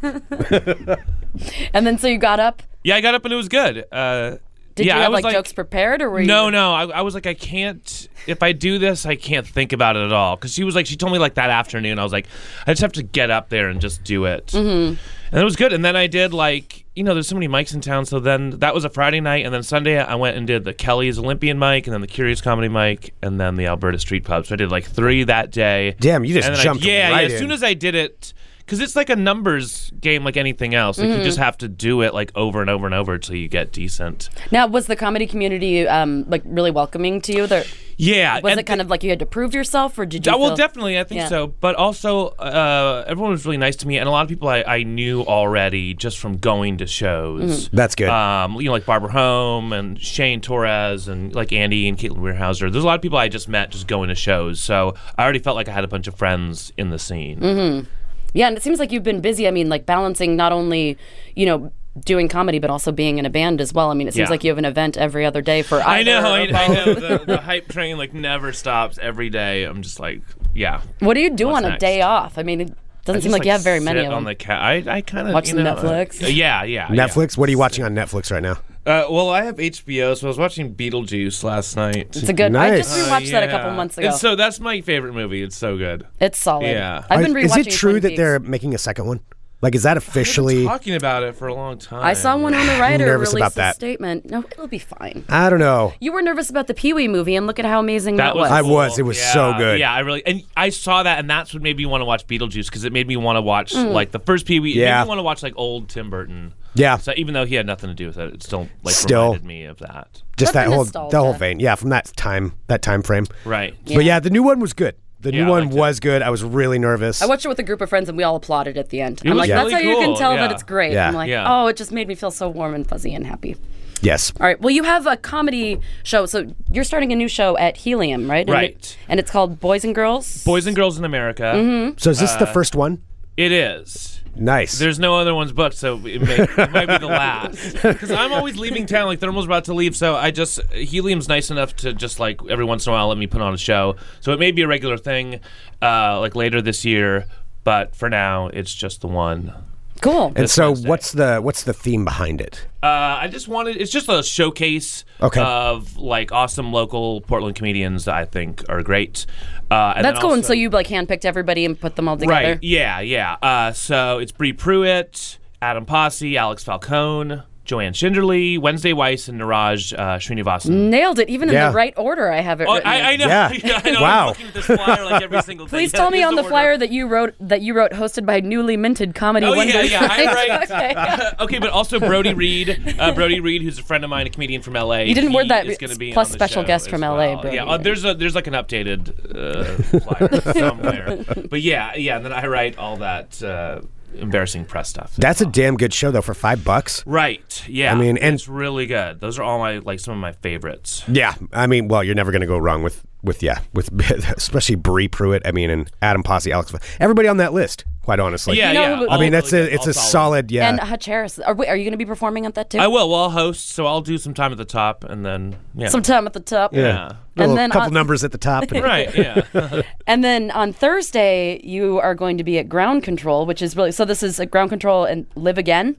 Speaker 6: and then so you got up.
Speaker 9: Yeah, I got up and it was good. Uh,
Speaker 6: Did
Speaker 9: yeah,
Speaker 6: you
Speaker 9: I
Speaker 6: have
Speaker 9: was
Speaker 6: like, jokes prepared or were you?
Speaker 9: No, no. I, I was like, I can't. If I do this, I can't think about it at all. Because she was like, she told me like that afternoon. I was like, I just have to get up there and just do it.
Speaker 6: Mm-hmm.
Speaker 9: And it was good. And then I did like, you know, there's so many mics in town. So then that was a Friday night, and then Sunday I went and did the Kelly's Olympian mic, and then the Curious Comedy mic, and then the Alberta Street Pub. So I did like three that day.
Speaker 7: Damn, you just
Speaker 9: And then I-
Speaker 7: jumped
Speaker 9: yeah,
Speaker 7: right
Speaker 9: yeah. As soon
Speaker 7: in.
Speaker 9: as I did it. Because it's like a numbers game, like anything else.
Speaker 6: Mm-hmm.
Speaker 9: Like You just have to do it like over and over and over until you get decent.
Speaker 6: Now was the comedy community um like really welcoming to you? There
Speaker 9: Yeah.
Speaker 6: was
Speaker 9: and
Speaker 6: it kind of like you had to prove yourself or did you?
Speaker 9: Yeah, well,
Speaker 6: feel-
Speaker 9: definitely, I think
Speaker 6: Yeah.
Speaker 9: so. But also, uh, everyone was really nice to me, and a lot of people I, I knew already just from going to
Speaker 6: Mm-hmm.
Speaker 9: shows.
Speaker 7: That's good.
Speaker 9: Um, you know, like Barbara Home and Shane Torres and like Andy and Caitlin Weyerhauser. There's a lot of people I just met just going to shows, so I already felt like I had a bunch of friends in the scene.
Speaker 6: Mm-hmm. Yeah, and it seems like you've been busy. I mean, like balancing not only you know doing comedy but also being in a band as well. I mean, it seems
Speaker 9: Yeah.
Speaker 6: like you have an event every other day for
Speaker 9: I
Speaker 6: either
Speaker 9: know,
Speaker 6: or
Speaker 9: I, I
Speaker 6: both.
Speaker 9: know. The, the hype train like never stops every day. I'm just like, yeah.
Speaker 6: What do you do
Speaker 9: What's
Speaker 6: on a
Speaker 9: next?
Speaker 6: day off? I mean, it doesn't seem
Speaker 9: Just,
Speaker 6: like, you have very many
Speaker 9: sit
Speaker 6: of
Speaker 9: on
Speaker 6: them.
Speaker 9: the cat. I, I kind of
Speaker 6: Watch
Speaker 9: you
Speaker 6: some
Speaker 9: know, uh,
Speaker 6: Netflix.
Speaker 9: yeah, yeah. yeah.
Speaker 7: Netflix. What are you watching on Netflix right now?
Speaker 9: Uh, well, I have HBO, so I was watching Beetlejuice last night.
Speaker 6: it's a good. I just
Speaker 7: Nice.
Speaker 6: rewatched that a couple
Speaker 9: Yeah.
Speaker 6: months ago.
Speaker 9: It's
Speaker 6: It's,
Speaker 9: so that's my favorite movie. It's so good.
Speaker 6: solid.
Speaker 9: Yeah.
Speaker 6: I've been
Speaker 7: Are-
Speaker 6: rewatching.
Speaker 7: is it true
Speaker 6: Twin
Speaker 7: that
Speaker 6: Peaks.
Speaker 7: they're making a second one? Like, is that officially?
Speaker 9: I've been talking about it for a long time.
Speaker 6: I saw one on the writer
Speaker 7: nervous
Speaker 6: release
Speaker 7: about
Speaker 6: a
Speaker 7: that.
Speaker 6: statement. No, it'll be fine.
Speaker 7: I don't know.
Speaker 6: You were nervous about the Pee Wee movie, and look at how amazing that,
Speaker 9: That was.
Speaker 7: I
Speaker 9: cool.
Speaker 7: was. It was
Speaker 9: Yeah.
Speaker 7: so good.
Speaker 9: Yeah, I really and I saw that, and that's what made me want to watch Beetlejuice because it made me want to watch
Speaker 6: Mm.
Speaker 9: like the first Pee Wee.
Speaker 7: Yeah.
Speaker 9: It made me want to watch like old Tim Burton.
Speaker 7: Yeah,
Speaker 9: So even though he had nothing to do with it, it still like
Speaker 7: Still.
Speaker 9: reminded me of that.
Speaker 7: just that
Speaker 6: But the
Speaker 7: whole
Speaker 6: nostalgia.
Speaker 7: the whole vein. Yeah, from that time that time frame.
Speaker 9: Right.
Speaker 7: But yeah, the new one was good. The
Speaker 9: Yeah,
Speaker 7: new
Speaker 9: I
Speaker 7: one
Speaker 9: liked it.
Speaker 7: was good. I was really nervous.
Speaker 6: I watched it with a group of friends, and we all applauded at the end. I'm
Speaker 9: was
Speaker 6: like,
Speaker 9: really
Speaker 6: that's how you can
Speaker 9: cool,
Speaker 6: tell that
Speaker 9: yeah.
Speaker 6: it's great.
Speaker 7: Yeah.
Speaker 6: I'm like,
Speaker 9: Yeah.
Speaker 6: oh, it just made me feel so warm and fuzzy and happy.
Speaker 7: yes.
Speaker 6: All right. Well, you have a comedy show, so you're starting a new show at Helium, right? And it-
Speaker 9: Right.
Speaker 6: And it's called Boys and Girls. Mm-hmm.
Speaker 9: Boys and Girls in America.
Speaker 7: So is this the first one?
Speaker 9: It is.
Speaker 7: Nice.
Speaker 9: Uh, There's no other ones booked, so it, may, it might be the last. Because I'm always leaving town, like Thermal's about to leave, so I just Helium's nice enough to just like every once in a while let me put on a show. So it may be a regular thing, uh, like later this year, but for now it's just the one.
Speaker 6: Cool.
Speaker 7: and so,
Speaker 9: Wednesday.
Speaker 7: what's the what's the theme behind it?
Speaker 9: Uh, I just wanted it's just a showcase
Speaker 7: Okay.
Speaker 9: of like awesome local Portland comedians that I think are great. Uh, and
Speaker 6: That's
Speaker 9: then
Speaker 6: cool. and so
Speaker 9: also-
Speaker 6: you like handpicked everybody and put them all together.
Speaker 9: Right. Yeah. Yeah. Uh, so it's Bree Pruitt, Adam Posse, Alex Falcone, Joanne Schinderly, Wednesday Weiss, and Niraj uh, Srinivasan.
Speaker 6: Nailed it. Even
Speaker 7: Yeah.
Speaker 6: in the right order, I have it.
Speaker 9: Oh,
Speaker 6: written
Speaker 9: I, I
Speaker 6: in.
Speaker 9: know.
Speaker 7: Yeah.
Speaker 9: I know.
Speaker 7: Wow.
Speaker 9: I'm looking at this flyer like every single day.
Speaker 6: Please
Speaker 9: Yeah,
Speaker 6: tell
Speaker 9: it
Speaker 6: me
Speaker 9: is
Speaker 6: on the
Speaker 9: order.
Speaker 6: flyer that you wrote that you wrote hosted by newly minted comedy.
Speaker 9: Oh yeah,
Speaker 6: Wednesday
Speaker 9: yeah, I
Speaker 6: night.
Speaker 9: write. okay, but also Brody Reed, uh, Brody Reed, who's a friend of mine, a comedian from LA.
Speaker 6: You didn't
Speaker 9: he
Speaker 6: word that
Speaker 9: is gonna be
Speaker 6: plus
Speaker 9: on the
Speaker 6: special
Speaker 9: show
Speaker 6: guest
Speaker 9: as
Speaker 6: from
Speaker 9: well.
Speaker 6: LA, Brody
Speaker 9: Yeah, uh,
Speaker 6: Reed.
Speaker 9: there's a there's like an updated uh, flyer somewhere, but yeah, yeah. And then I write all that uh, embarrassing press stuff.
Speaker 7: That's a damn good show though for five bucks.
Speaker 9: Right. Yeah.
Speaker 7: I mean, and-
Speaker 9: it's really good. Those are all my like some of my favorites.
Speaker 7: Yeah, I mean, well, you're never going to go wrong with with yeah with especially Bree Pruitt. I mean, and Adam Posse, Alex, everybody on that list. Quite honestly,
Speaker 9: yeah,
Speaker 6: You know
Speaker 9: yeah.
Speaker 6: who-
Speaker 9: all
Speaker 7: I mean, that's
Speaker 9: really
Speaker 7: a it's
Speaker 9: all
Speaker 7: a solid yeah.
Speaker 6: And Hacharis, are, we- are you going to be performing at that too?
Speaker 9: I will. Well, I'll host, so I'll do some time at the top, and then yeah.
Speaker 6: Sometime at the top.
Speaker 9: Yeah.
Speaker 7: a
Speaker 6: And
Speaker 7: little-
Speaker 6: then
Speaker 7: couple
Speaker 6: on,
Speaker 7: numbers at the top. and-
Speaker 9: Right. Yeah.
Speaker 6: and then on Thursday you are going to be at Ground Control, which is really so. This is at Ground Control and Live Again.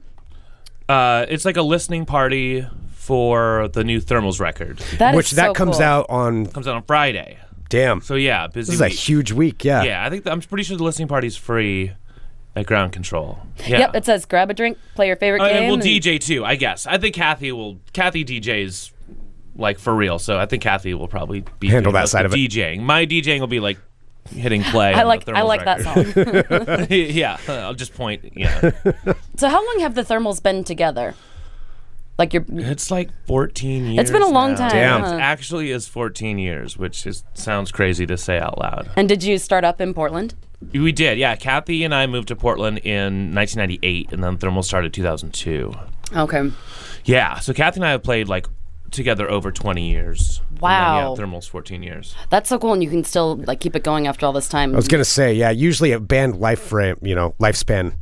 Speaker 9: uh, it's like a listening party for the new Thermals record.
Speaker 6: That is
Speaker 7: Which that
Speaker 6: so
Speaker 7: comes
Speaker 6: cool.
Speaker 7: out on
Speaker 9: comes out on Friday.
Speaker 7: damn.
Speaker 9: So yeah, busy.
Speaker 7: this is a
Speaker 9: week.
Speaker 7: huge week. Yeah.
Speaker 9: Yeah, I think that, I'm pretty sure the listening party's free at Ground Control. Yeah.
Speaker 6: Yep, it says grab a drink, play your favorite
Speaker 9: Uh,
Speaker 6: game.
Speaker 9: and we'll
Speaker 6: and-
Speaker 9: DJ too, I guess. I think Kathy will. Kathy DJs like for real, so I think Kathy will probably be
Speaker 7: Handle
Speaker 9: doing
Speaker 7: that
Speaker 9: most
Speaker 7: side
Speaker 9: of
Speaker 7: of it.
Speaker 9: DJing. My DJing will be like hitting play.
Speaker 6: I like I like that song.
Speaker 9: that song. yeah, I'll just point. Yeah,
Speaker 6: so how long have the Thermals been together? Like your
Speaker 9: it's like 14 years.
Speaker 6: It's been a long
Speaker 9: now.
Speaker 6: time,
Speaker 7: Damn.
Speaker 6: huh?
Speaker 9: It actually is 14 years, which is sounds crazy to say out loud.
Speaker 6: and did you start up in Portland?
Speaker 9: We did, yeah. Kathy and I moved to Portland in 1998, and then Thermal started 2002.
Speaker 6: Okay.
Speaker 9: Yeah, so Kathy and I have played like together over 20 years. And then,
Speaker 6: Wow.
Speaker 9: yeah, Thermal's 14 years.
Speaker 6: That's so cool, and you can still like keep it going after all this time.
Speaker 7: I was gonna say yeah. Usually a band life frame, you know, lifespan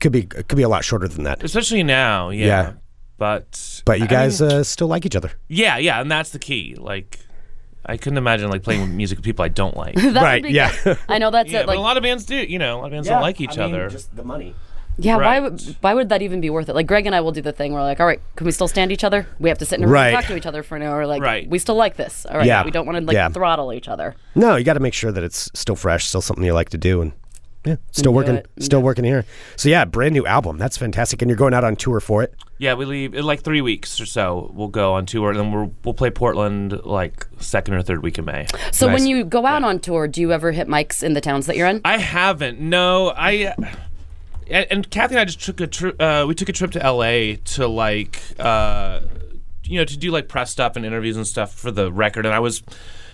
Speaker 7: could be could be a lot shorter than that.
Speaker 9: especially now. Yeah.
Speaker 7: Yeah.
Speaker 9: But
Speaker 7: But you
Speaker 9: I
Speaker 7: guys
Speaker 9: mean,
Speaker 7: uh, still like each other,
Speaker 9: yeah, yeah, and that's the key. Like, I couldn't imagine like playing with music with people I don't like.
Speaker 6: That would
Speaker 7: right?
Speaker 6: be
Speaker 7: Yeah.
Speaker 6: good. I know that's
Speaker 9: yeah,
Speaker 6: it. Like,
Speaker 9: but a lot of bands do. You know, a lot of bands don't like each other.
Speaker 8: the money.
Speaker 6: yeah, why
Speaker 9: right.
Speaker 6: would why would that even be worth it? Like, Greg and I will do the thing where we're like, all right, can we still stand each other? We have to sit in a room and
Speaker 7: Right.
Speaker 6: talk to each other for an hour. Like,
Speaker 9: Right.
Speaker 6: we still like this. All right,
Speaker 7: Yeah.
Speaker 6: we don't want to like
Speaker 7: Yeah.
Speaker 6: throttle each other.
Speaker 7: No, you got to make sure that it's still fresh, still something you like to do, and yeah, still
Speaker 6: do
Speaker 7: working,
Speaker 6: it.
Speaker 7: still working here. So yeah, brand new album. That's fantastic, and you're going out on tour for it.
Speaker 9: yeah, we leave in like three weeks or so. We'll go on tour, and then we'll we'll play Portland like second or third week of May.
Speaker 6: So
Speaker 7: Nice.
Speaker 6: when you go out on tour, do you ever hit mics in the towns that you're in?
Speaker 9: I haven't. No, I. And, and Kathy and I just took a trip. Uh, we took a trip to L.A. to like, uh, you know, to do like press stuff and interviews and stuff for the record. And I was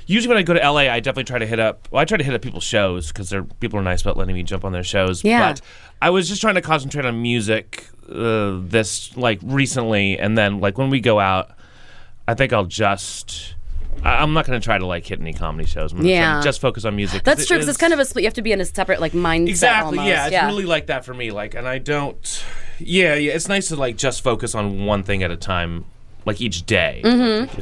Speaker 9: usually when I go to L.A., I definitely try to hit up. Well, I try to hit up people's shows because they're people are nice about letting me jump on their shows.
Speaker 6: Yeah.
Speaker 9: But I was just trying to concentrate on music uh, this like recently, and then like when we go out, I think I'll just. I- I'm not going to try to like hit any comedy shows. I'm gonna try to
Speaker 6: Yeah.
Speaker 9: just focus on music.
Speaker 6: that's
Speaker 9: it
Speaker 6: true because
Speaker 9: is-
Speaker 6: it's kind of a split. You have to be in a separate like mindset.
Speaker 9: Exactly.
Speaker 6: almost.
Speaker 9: Yeah, it's really like that for me. Like, and I don't. Yeah, yeah. It's nice to like just focus on one thing at a time, like each day.
Speaker 6: Mm-hmm.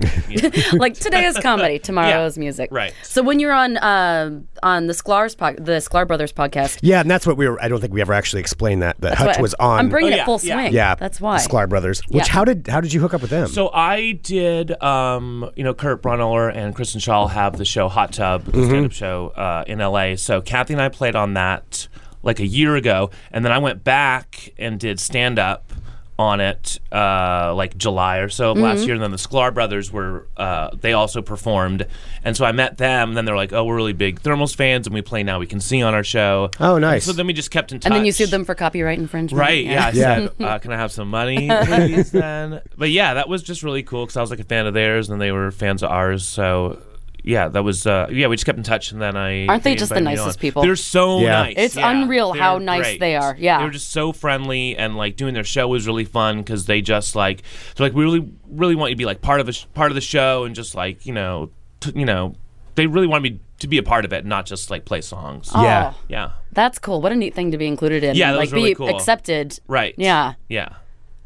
Speaker 6: like today is comedy, tomorrow's music.
Speaker 9: right.
Speaker 6: So when you're on uh, on the Sklar's po- the Sklar Brothers podcast,
Speaker 7: Yeah, and that's what we were. I don't think we ever actually explained that, but Hutch
Speaker 6: what-
Speaker 7: was on.
Speaker 6: I'm bringing
Speaker 9: Oh,
Speaker 6: it
Speaker 9: yeah,
Speaker 6: full
Speaker 9: yeah.
Speaker 6: swing.
Speaker 7: yeah,
Speaker 6: that's why.
Speaker 7: the Sklar Brothers. Which
Speaker 6: Yeah.
Speaker 7: how did how did you hook up with them?
Speaker 9: So I did, um, you know, Kurt Brunneler and Kristen Shaw have the show Hot Tub, the
Speaker 7: Mm-hmm.
Speaker 9: stand-up show uh, in LA. So Kathy and I played on that like a year ago, and then I went back and did stand-up on it uh, like July or so of last
Speaker 7: Mm-hmm.
Speaker 9: year. And then the Sklar brothers were uh, they also performed, and so I met them. And then they're like, "Oh, we're really big Thermals fans, and we play now. We can see on our show."
Speaker 7: Oh,
Speaker 9: And
Speaker 7: nice.
Speaker 9: so then we just kept in touch.
Speaker 6: and then you sued them for copyright infringement.
Speaker 9: Right.
Speaker 7: Yeah.
Speaker 9: Yeah. I said, uh, can I have some money, please, then? But yeah, that was just really cool because I was like a fan of theirs and they were fans of ours. So yeah, that was, uh, yeah, we just kept in touch and then I.
Speaker 6: Aren't they just the
Speaker 9: invited me
Speaker 6: nicest
Speaker 9: on.
Speaker 6: people?
Speaker 9: They're so
Speaker 7: Yeah.
Speaker 9: nice.
Speaker 6: It's
Speaker 9: yeah.
Speaker 6: unreal
Speaker 9: They're
Speaker 6: how nice
Speaker 9: great.
Speaker 6: they are. Yeah.
Speaker 9: They were just so friendly and like doing their show was really fun because they just like, they're like, we really, really want you to be like part of a sh- part of the show and just like, you know, t- you know, they really want me to be a part of it, not just like play songs.
Speaker 6: Oh,
Speaker 7: Yeah.
Speaker 9: Yeah.
Speaker 6: That's cool. What a neat thing to be included in.
Speaker 9: Yeah,
Speaker 6: and,
Speaker 9: that
Speaker 6: like
Speaker 9: was really
Speaker 6: be
Speaker 9: cool.
Speaker 6: accepted.
Speaker 9: Right.
Speaker 6: Yeah.
Speaker 9: Yeah.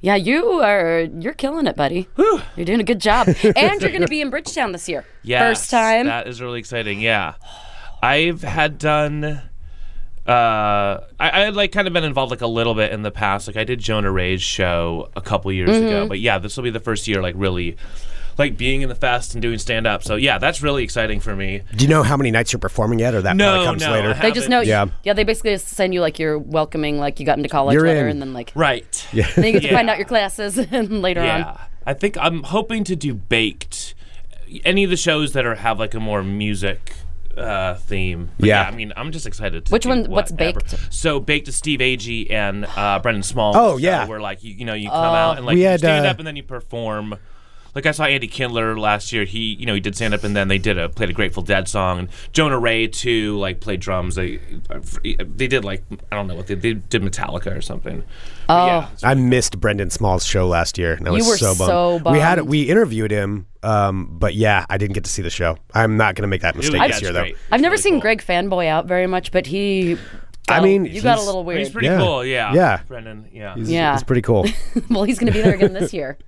Speaker 6: Yeah, you are you're killing it, buddy. You're doing a good job. and you're going to be in Bridgetown this year.
Speaker 9: Yeah.
Speaker 6: First time.
Speaker 9: That is really exciting. Yeah. I've had done. Uh, I, I had like kind of been involved like a little bit in the past. Like I did Jonah Ray's show a couple years
Speaker 6: Mm-hmm.
Speaker 9: ago, but yeah, this will be the first year like really, like being in the fest and doing stand up. So yeah, that's really exciting for me.
Speaker 7: Do you know how many nights you're performing yet, or that
Speaker 9: No,
Speaker 7: probably comes
Speaker 9: no, I
Speaker 7: later?
Speaker 6: they just know
Speaker 7: Yeah.
Speaker 6: yeah, they basically just send you like your welcoming like you got into college
Speaker 7: You're
Speaker 6: letter
Speaker 7: in.
Speaker 6: and then like
Speaker 9: Right.
Speaker 6: then you get to
Speaker 9: Yeah.
Speaker 6: find out your classes and later on.
Speaker 9: Yeah. I think I'm hoping to do baked. Any of the shows that are have like a more music uh, theme. But
Speaker 7: Yeah.
Speaker 9: I mean, I'm just excited. to
Speaker 6: Which
Speaker 9: do
Speaker 6: one- what's
Speaker 9: whatever.
Speaker 6: Baked?
Speaker 9: So baked is Steve Agee and uh, Brendan Small.
Speaker 7: Oh, yeah.
Speaker 9: Where like you, you know you come out
Speaker 6: Oh.
Speaker 9: and like
Speaker 7: We
Speaker 9: you
Speaker 7: had,
Speaker 9: stand
Speaker 7: uh,
Speaker 9: up and then you perform. Like I saw Andy Kindler last year. He, you know, he did stand up, and then they did a played a Grateful Dead song. And Jonah Ray too, like played drums. They, uh, they did like I don't know what they, they did Metallica or something. Oh,
Speaker 7: I missed Brendan Small's show last year, and I was
Speaker 6: You were
Speaker 7: so bummed.
Speaker 6: so
Speaker 7: We had
Speaker 6: bummed.
Speaker 7: we interviewed him, um, but yeah, I didn't get to see the show. I'm not going to make that mistake
Speaker 9: yeah,
Speaker 7: this
Speaker 9: it's
Speaker 7: year, though.
Speaker 9: great. It's
Speaker 6: I've never
Speaker 9: really
Speaker 6: seen
Speaker 9: cool.
Speaker 6: Greg fanboy out very much, but he
Speaker 7: I
Speaker 6: felt-
Speaker 7: mean,
Speaker 6: you got a
Speaker 7: he's-
Speaker 6: little weird.
Speaker 9: He's pretty
Speaker 7: Yeah.
Speaker 9: cool, yeah.
Speaker 7: Yeah.
Speaker 9: Brendan, yeah.
Speaker 7: He's-
Speaker 6: Yeah.
Speaker 7: it's pretty cool.
Speaker 6: well, he's going to be there again this year.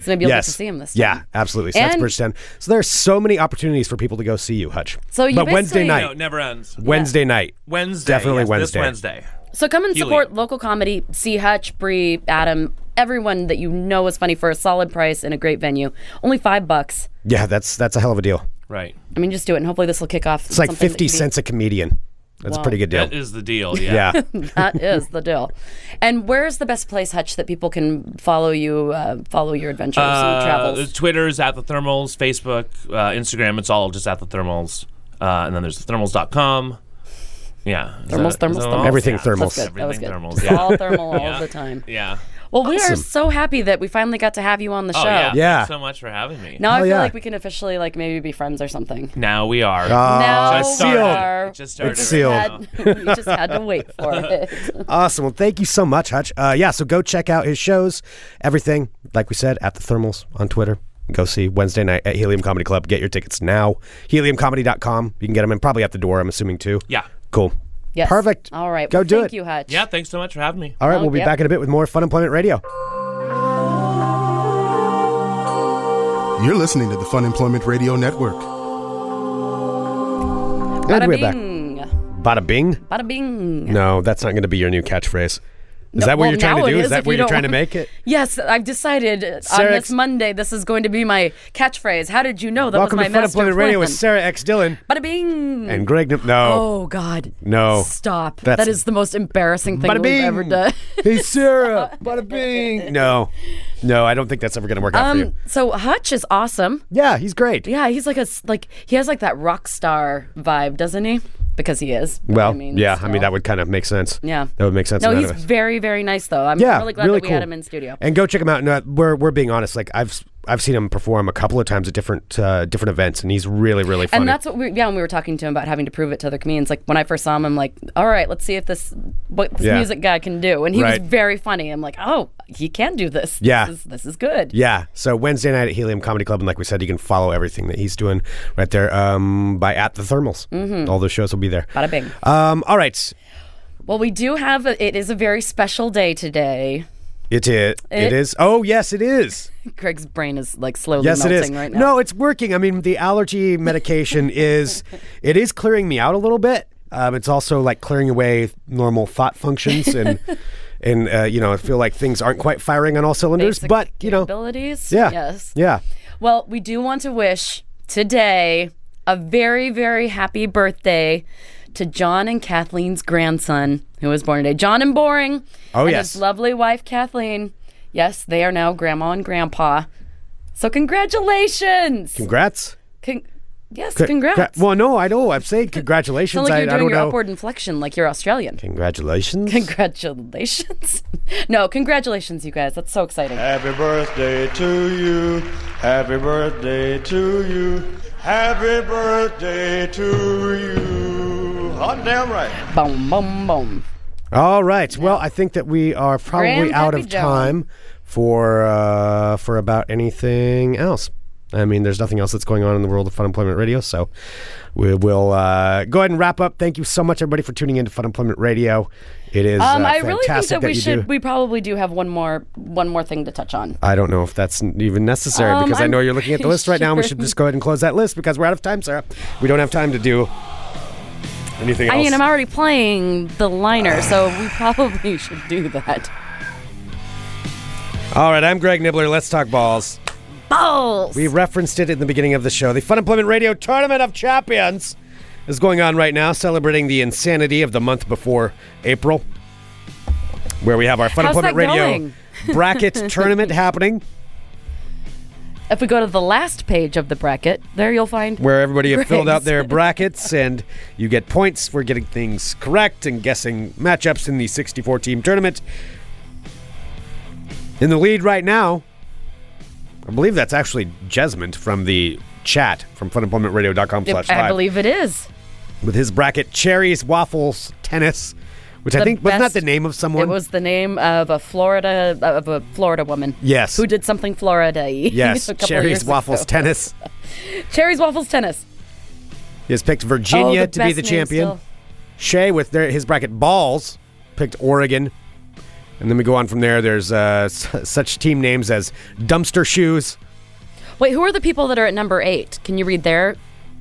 Speaker 6: So maybe you'll
Speaker 7: yes,
Speaker 6: get to see him this
Speaker 7: yeah,
Speaker 6: time.
Speaker 7: absolutely. So that's
Speaker 6: And-
Speaker 7: Bridgeton. So there are so many opportunities for people to go see you, Hutch.
Speaker 6: So you
Speaker 7: but Wednesday
Speaker 6: basically-
Speaker 7: night,
Speaker 9: no, it never ends.
Speaker 7: Wednesday night,
Speaker 9: Wednesday.
Speaker 7: Definitely
Speaker 9: yes,
Speaker 7: Wednesday.
Speaker 9: This Wednesday.
Speaker 6: So come and
Speaker 9: Helium.
Speaker 6: support local comedy. See Hutch, Bree, Adam, everyone that you know is funny for a solid price and a great venue. Only five bucks.
Speaker 7: yeah, that's that's a hell of a deal.
Speaker 9: Right.
Speaker 6: I mean, just do it, and hopefully this will kick off.
Speaker 7: It's like fifty cents a comedian. That's a
Speaker 6: Wow.
Speaker 7: pretty good deal.
Speaker 9: That is the deal, yeah.
Speaker 7: yeah.
Speaker 6: that is the deal. And where's the best place, Hutch, that people can follow you, uh, follow your adventures
Speaker 9: Uh,
Speaker 6: and
Speaker 9: the
Speaker 6: travels?
Speaker 9: Twitter's at the Thermals, Facebook, uh, Instagram, it's all just at the Thermals. Uh, and then there's the thermals.com. Yeah.
Speaker 6: Thermals,
Speaker 9: Is that- is
Speaker 6: thermals,
Speaker 9: that
Speaker 6: thermals.
Speaker 9: all?
Speaker 7: Everything
Speaker 9: Yeah,
Speaker 7: thermals.
Speaker 6: That's good. That was
Speaker 9: Everything
Speaker 6: good.
Speaker 9: thermals, yeah.
Speaker 6: All thermal all
Speaker 9: Yeah.
Speaker 6: the time.
Speaker 9: Yeah.
Speaker 6: Well, we are so happy that we finally got to have you on the show.
Speaker 9: Oh, yeah.
Speaker 7: Yeah.
Speaker 9: Thanks so much for having me.
Speaker 6: Now I
Speaker 7: Hell
Speaker 6: feel
Speaker 7: yeah.
Speaker 6: like we can officially like maybe be friends or something.
Speaker 9: Now we are.
Speaker 6: now
Speaker 9: Just
Speaker 6: we
Speaker 9: started.
Speaker 6: are.
Speaker 9: It just started
Speaker 7: It's
Speaker 9: right
Speaker 7: Uh, sealed.
Speaker 9: now.
Speaker 6: Had, we just had to wait for it.
Speaker 7: Awesome. Well, thank you so much, Hutch. Uh, yeah, so go check out his shows, everything, like we said, at the Thermals on Twitter. Go see Wednesday night at Helium Comedy Club. Get your tickets now. HeliumComedy.com. You can get them in probably at the door, I'm assuming, too.
Speaker 9: Yeah.
Speaker 7: Cool.
Speaker 6: Yes.
Speaker 7: Perfect.
Speaker 6: All right.
Speaker 7: Go
Speaker 6: well,
Speaker 7: do
Speaker 6: thank
Speaker 7: it.
Speaker 6: you, Hutch.
Speaker 9: Yeah, thanks so much for having me.
Speaker 7: All right,
Speaker 6: Oh,
Speaker 7: we'll be
Speaker 6: yep.
Speaker 7: back in a bit with more Fun Employment Radio.
Speaker 1: You're listening to the Fun Employment Radio Network.
Speaker 7: And
Speaker 6: Bada
Speaker 7: we're back.
Speaker 6: bing.
Speaker 7: Bada bing?
Speaker 6: Bada bing.
Speaker 7: No, that's not going to be your new catchphrase. Is that what
Speaker 6: well,
Speaker 7: you're trying
Speaker 6: now
Speaker 7: to do?
Speaker 6: it
Speaker 7: Is
Speaker 6: is
Speaker 7: that
Speaker 6: if
Speaker 7: what
Speaker 6: you
Speaker 7: you're
Speaker 6: don't
Speaker 7: trying to
Speaker 6: want-
Speaker 7: make it?
Speaker 6: Yes, I've decided uh, on
Speaker 7: Sarah
Speaker 6: this
Speaker 7: X-
Speaker 6: Monday this is going to be my catchphrase. How did you know that
Speaker 7: Welcome
Speaker 6: was
Speaker 7: to
Speaker 6: my
Speaker 7: Fun
Speaker 6: master
Speaker 7: Employment Radio with
Speaker 6: plan?
Speaker 7: Sarah X. Dillon
Speaker 6: Bada bing.
Speaker 7: and Greg. N- No.
Speaker 6: oh God.
Speaker 7: No.
Speaker 6: Stop.
Speaker 7: That's-
Speaker 6: That is the most embarrassing thing
Speaker 7: Bada
Speaker 6: we've ever
Speaker 7: bing.
Speaker 6: done.
Speaker 7: hey, Sarah. Bada bing. No. No, I don't think that's ever going to work out for you.
Speaker 6: Um. So Hutch is awesome.
Speaker 7: Yeah, he's great.
Speaker 6: Yeah, he's like a s- like he has like that rock star vibe, doesn't he? Because he is. but
Speaker 7: Well,
Speaker 6: I mean,
Speaker 7: yeah, I
Speaker 6: still.
Speaker 7: mean that would kind of make sense.
Speaker 6: Yeah.
Speaker 7: that would make sense.
Speaker 6: No,
Speaker 7: in that
Speaker 6: he's
Speaker 7: of us.
Speaker 6: very very nice though. I'm
Speaker 7: yeah,
Speaker 6: really glad that we
Speaker 7: cool.
Speaker 6: had him in studio.
Speaker 7: And go check him out. No, we're we're being honest. Like I've I've seen him perform a couple of times at different uh, different events, and he's really really funny.
Speaker 6: And that's what we yeah, when we were talking to him about having to prove it to other comedians. Like when I first saw him, I'm like, all right, let's see if this what this
Speaker 7: Yeah.
Speaker 6: music guy can do. And he
Speaker 7: Right.
Speaker 6: was very funny. I'm like, oh, he can do this.
Speaker 7: Yeah.
Speaker 6: this is, this is good.
Speaker 7: yeah. So Wednesday night at Helium Comedy Club, and like we said, you can follow everything that he's doing right there um, by at the Thermals. Mm-hmm. All those shows will be there.
Speaker 6: Bada bing.
Speaker 7: Um, all right,
Speaker 6: Well, we do have a, it is a very special day today.
Speaker 7: it it, it
Speaker 6: It-
Speaker 7: is. Oh yes, it is.
Speaker 6: Greg's brain is like slowly
Speaker 7: Yes, it
Speaker 6: melting
Speaker 7: is.
Speaker 6: right now.
Speaker 7: No, it's working. I mean, the allergy medication is it is clearing me out a little bit. Um, it's also like clearing away normal thought functions and and uh, you know I feel like things aren't quite firing on all cylinders.
Speaker 6: Basic
Speaker 7: but you know,
Speaker 6: capabilities.
Speaker 7: yeah,
Speaker 6: Yes.
Speaker 7: yeah.
Speaker 6: Well, we do want to wish today a very, very happy birthday to John and Kathleen's grandson, who was born today. John and Boring.
Speaker 7: Oh,
Speaker 6: and
Speaker 7: yes.
Speaker 6: His lovely wife, Kathleen. Yes, they are now grandma and grandpa. So, congratulations.
Speaker 7: Congrats.
Speaker 6: Con- yes,
Speaker 7: C-
Speaker 6: congrats.
Speaker 7: gra- well, no, I know. I'm saying
Speaker 6: it's not
Speaker 7: congratulations.
Speaker 6: like you're
Speaker 7: I, I don't
Speaker 6: doing your
Speaker 7: know.
Speaker 6: upward inflection like you're Australian.
Speaker 7: Congratulations.
Speaker 6: Congratulations. no, congratulations, you guys. That's so exciting.
Speaker 10: Happy birthday to you. Happy birthday to you. Happy birthday to you. Hot damn right.
Speaker 6: Boom, boom, boom.
Speaker 7: all right. Well, I think that we are probably
Speaker 6: Grand
Speaker 7: out
Speaker 6: Happy
Speaker 7: of
Speaker 6: John.
Speaker 7: time for uh, for about anything else. I mean, there's nothing else that's going on in the world of Fun Employment Radio, so we will uh, go ahead and wrap up. Thank you so much, everybody, for tuning in to Fun Employment Radio. It is
Speaker 6: Um,
Speaker 7: uh,
Speaker 6: I really think
Speaker 7: fantastic
Speaker 6: that we
Speaker 7: you
Speaker 6: should.
Speaker 7: do-
Speaker 6: We probably do have one more one more thing to touch on.
Speaker 7: I don't know if that's n- even necessary
Speaker 6: Um,
Speaker 7: because i
Speaker 6: I'm
Speaker 7: know you're looking at the list right now. And we
Speaker 6: pretty
Speaker 7: should just go ahead and close that list because we're out of time, Sarah. We don't have time to do anything else.
Speaker 6: I mean, I'm already playing the liner, so we probably should do that.
Speaker 7: All right, I'm Greg Nibbler. Let's talk balls.
Speaker 6: Balls.
Speaker 7: We referenced it in the beginning of the show. The Fun Employment Radio Tournament of Champions is going on right now, celebrating the insanity of the month before April, where we have our Fun
Speaker 6: How's
Speaker 7: Employment
Speaker 6: that
Speaker 7: Radio
Speaker 6: going?
Speaker 7: bracket tournament happening,
Speaker 6: if we go to the last page of the bracket, there you'll find
Speaker 7: where everybody have filled out
Speaker 6: Briggs.
Speaker 7: their brackets and you get points for getting things correct and guessing matchups in the 64 team tournament. In the lead right now, I believe that's actually Jesmond from the chat from funemploymentradio.com slash
Speaker 6: I
Speaker 7: live.
Speaker 6: believe it is.
Speaker 7: with his bracket cherries, waffles, tennis, which I
Speaker 6: The
Speaker 7: think was not
Speaker 6: best-
Speaker 7: the name of someone.
Speaker 6: It was the name of a Florida of a Florida woman.
Speaker 7: Yes.
Speaker 6: Who did something Florida?
Speaker 7: yes, cherries, waffles,
Speaker 6: tennis.
Speaker 7: tennis.
Speaker 6: Cherries, waffles, tennis.
Speaker 7: He has picked Virginia
Speaker 6: Oh, the
Speaker 7: to be
Speaker 6: best
Speaker 7: the
Speaker 6: name
Speaker 7: champion.
Speaker 6: still.
Speaker 7: Shea with their, his bracket balls picked Oregon, and then we go on from there. There's uh, s- such team names as Dumpster Shoes.
Speaker 6: Wait, who are the people that are at number eight? Can you read their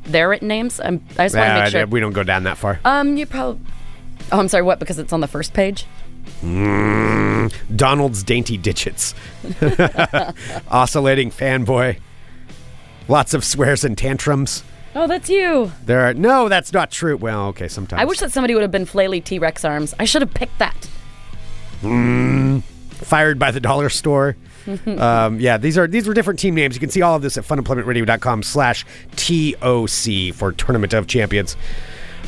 Speaker 6: their names? I'm, I just want to
Speaker 7: Ah,
Speaker 6: make sure.
Speaker 7: We don't go down that far.
Speaker 6: Um, you probably. Oh, I'm sorry. What? Because it's on the first page.
Speaker 7: Mm. Donald's dainty digits, oscillating fanboy, lots of swears and tantrums.
Speaker 6: Oh, that's you.
Speaker 7: There are no, that's not true. Well, okay, sometimes
Speaker 6: I wish that somebody would have been flaily T Rex arms. I should have picked that.
Speaker 7: fired by the dollar store. um, yeah, these are these were different team names. You can see all of this at funemploymentradio.com slash TOC for Tournament of Champions.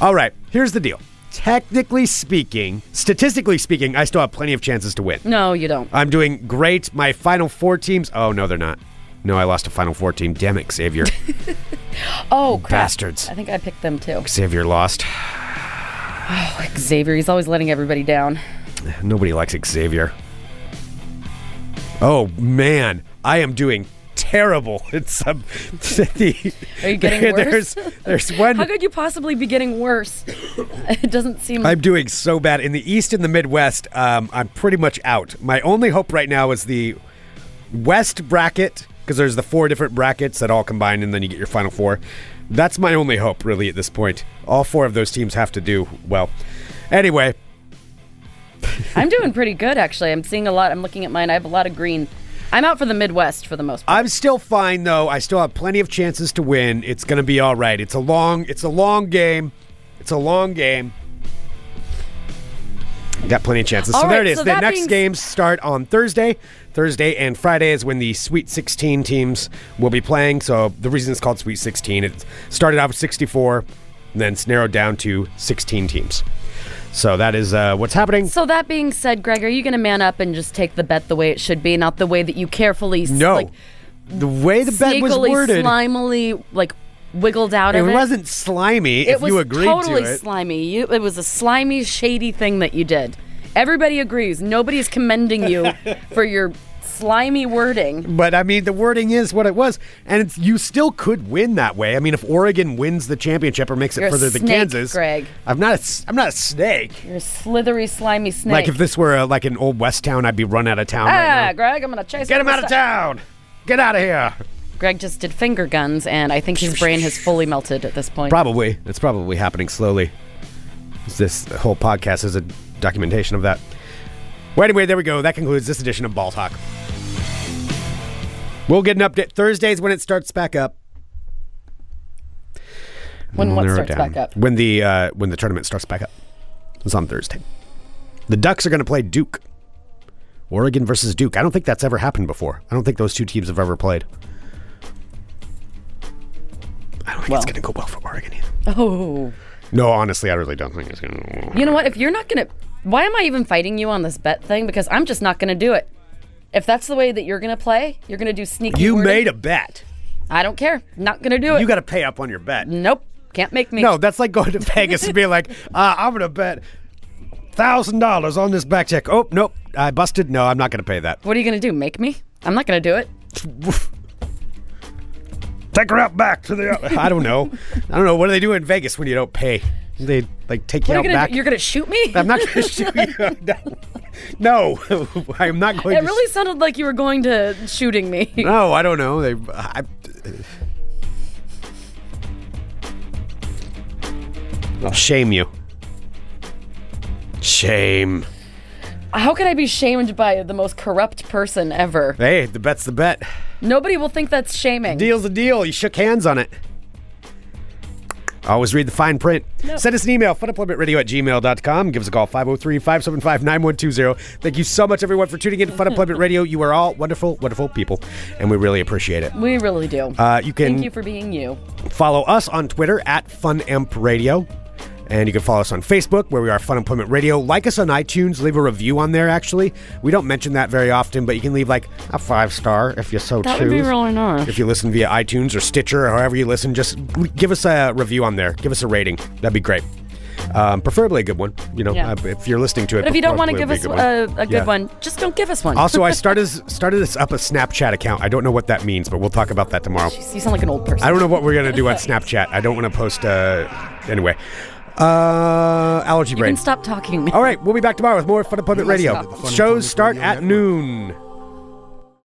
Speaker 7: All right, here's the deal. Technically speaking, statistically speaking, I still have plenty of chances to win.
Speaker 6: No, you don't.
Speaker 7: I'm doing great. My final four teams. Oh, no, they're not. No, I lost a final four team. Damn it, Xavier.
Speaker 6: Oh, crap.
Speaker 7: Bastards.
Speaker 6: I think I picked them too.
Speaker 7: Xavier lost.
Speaker 6: Xavier, he's always letting everybody down.
Speaker 7: Nobody likes Xavier. Oh man, I am doing terrible. It's um, the,
Speaker 6: Are you getting worse?
Speaker 7: There's there's one.
Speaker 6: How could you possibly be getting worse? it doesn't seem.
Speaker 7: I'm doing so bad in the East and the Midwest. Um, I'm pretty much out. My only hope right now is the West bracket because there's the four different brackets that all combine and then you get your final four. That's my only hope really at this point. All four of those teams have to do well. Anyway,
Speaker 6: I'm doing pretty good actually. I'm seeing a lot. I'm looking at mine. I have a lot of green. I'm out for the Midwest for the most part.
Speaker 7: I'm still fine though. I still have plenty of chances to win. It's going to be all right. It's a long it's a long game. It's a long game. Got plenty of chances.
Speaker 6: All
Speaker 7: so there
Speaker 6: right,
Speaker 7: it is.
Speaker 6: so
Speaker 7: the
Speaker 6: that
Speaker 7: next
Speaker 6: being-
Speaker 7: games start on Thursday. Thursday and Friday is when the Sweet 16 teams will be playing. So the reason it's called Sweet 16, it started out with 64, and then it's narrowed down to 16 teams. So that is uh, what's happening.
Speaker 6: So that being said, Greg, are you going to man up and just take the bet the way it should be, not the way that you carefully,
Speaker 7: No.
Speaker 6: like,
Speaker 7: the way the bet was
Speaker 6: sneakily,
Speaker 7: worded,
Speaker 6: slimily, like wiggled out
Speaker 7: it
Speaker 6: of it?
Speaker 7: wasn't slimy
Speaker 6: It
Speaker 7: if
Speaker 6: was
Speaker 7: you agreed
Speaker 6: totally
Speaker 7: to it.
Speaker 6: slimy. You, it was a slimy, shady thing that you did. Everybody agrees. Nobody's commending you for your slimy wording.
Speaker 7: But I mean, the wording is what it was, and it's, you still could win that way. I mean, if Oregon wins the championship or makes it
Speaker 6: You're a
Speaker 7: further than
Speaker 6: snake,
Speaker 7: Kansas,
Speaker 6: Greg.
Speaker 7: I'm not. A, s- I'm not a snake.
Speaker 6: You're a slithery, slimy snake.
Speaker 7: Like if this were uh like an old West town, I'd be run out of town.
Speaker 6: ah,
Speaker 7: right now.
Speaker 6: Greg, I'm gonna chase.
Speaker 7: Get
Speaker 6: you
Speaker 7: him out of
Speaker 6: aside.
Speaker 7: town. Get out of here.
Speaker 6: Greg just did finger guns, and I think his brain has fully melted at this point.
Speaker 7: Probably. It's probably happening slowly. This whole podcast is a documentation of that. Well, anyway, there we go. That concludes this edition of Ball Talk. We'll get an update Thursdays when it starts back up.
Speaker 6: when
Speaker 7: We'll
Speaker 6: what
Speaker 7: narrow it
Speaker 6: starts
Speaker 7: down.
Speaker 6: back up.
Speaker 7: when the uh, when the tournament starts back up. It's on Thursday. The Ducks are going to play Duke. Oregon versus Duke. I don't think that's ever happened before. I don't think those two teams have ever played. I don't think
Speaker 6: Well.
Speaker 7: it's going to go well for Oregon either.
Speaker 6: Oh,
Speaker 7: No, honestly, I really don't think it's going to.
Speaker 6: you know what? If you're not gonna, why am I even fighting you on this bet thing? Because I'm just not gonna do it. If that's the way that you're gonna play, you're gonna do sneaky.
Speaker 7: You
Speaker 6: wording.
Speaker 7: made a bet.
Speaker 6: I don't care. Not gonna do it.
Speaker 7: You got to pay up on your bet.
Speaker 6: Nope. Can't make me.
Speaker 7: No, that's like going to Vegas and being like, uh, I'm going to bet thousand dollars on this back check. Oh nope, I busted. No, I'm not going to pay that.
Speaker 6: What are you gonna do? Make me? I'm not gonna do it.
Speaker 7: Take her out back to the. I don't know. I don't know. What do they do in Vegas when you don't pay? They like take you
Speaker 6: What are
Speaker 7: out
Speaker 6: you gonna
Speaker 7: back.
Speaker 6: do? You're gonna shoot me?
Speaker 7: I'm not going to shoot you. No, no I'm not going
Speaker 6: It
Speaker 7: to.
Speaker 6: really sounded like you were going to shooting me.
Speaker 7: No, I don't know. They. I, I'll shame you. Shame.
Speaker 6: How could I be shamed by the most corrupt person ever?
Speaker 7: Hey, the bet's the bet.
Speaker 6: Nobody will think that's shaming.
Speaker 7: Deal's the deal. You shook hands on it. Always read the fine print. Send us an email, funemploymentradio at gmail.com. Give us a call, 503 575 9120. Thank you so much, everyone, for tuning in to Fun Employment Radio. You are all wonderful, wonderful people, and we really appreciate it.
Speaker 6: We really do.
Speaker 7: Uh, you can
Speaker 6: Thank you for being you.
Speaker 7: Follow us on Twitter at FunEmp Radio. And you can follow us on Facebook, where we are Fun Employment Radio. Like us on iTunes. Leave a review on there, actually. We don't mention that very often, but you can leave like a five star if you so
Speaker 6: That
Speaker 7: choose.
Speaker 6: would be really nice.
Speaker 7: If you listen via iTunes or Stitcher or however you listen, just l- give us a review on there. Give us a rating. That'd be great. Um, preferably a good one. You know,
Speaker 6: Yeah.
Speaker 7: uh, if you're listening to it.
Speaker 6: But if you don't want to
Speaker 7: preferably
Speaker 6: give us
Speaker 7: be
Speaker 6: a,
Speaker 7: good
Speaker 6: a good
Speaker 7: Yeah.
Speaker 6: one, just don't give us one.
Speaker 7: Also, I started started this up a Snapchat account. I don't know what that means, but we'll talk about that tomorrow.
Speaker 6: you sound like an old person.
Speaker 7: I don't know what we're gonna do on Snapchat. I don't want to post. Uh, anyway, uh, allergy
Speaker 6: you
Speaker 7: brain.
Speaker 6: can stop talking.
Speaker 7: All right, we'll be back tomorrow with more Fun Employment
Speaker 6: Let's
Speaker 7: Radio.
Speaker 6: stop.
Speaker 7: Shows start at noon.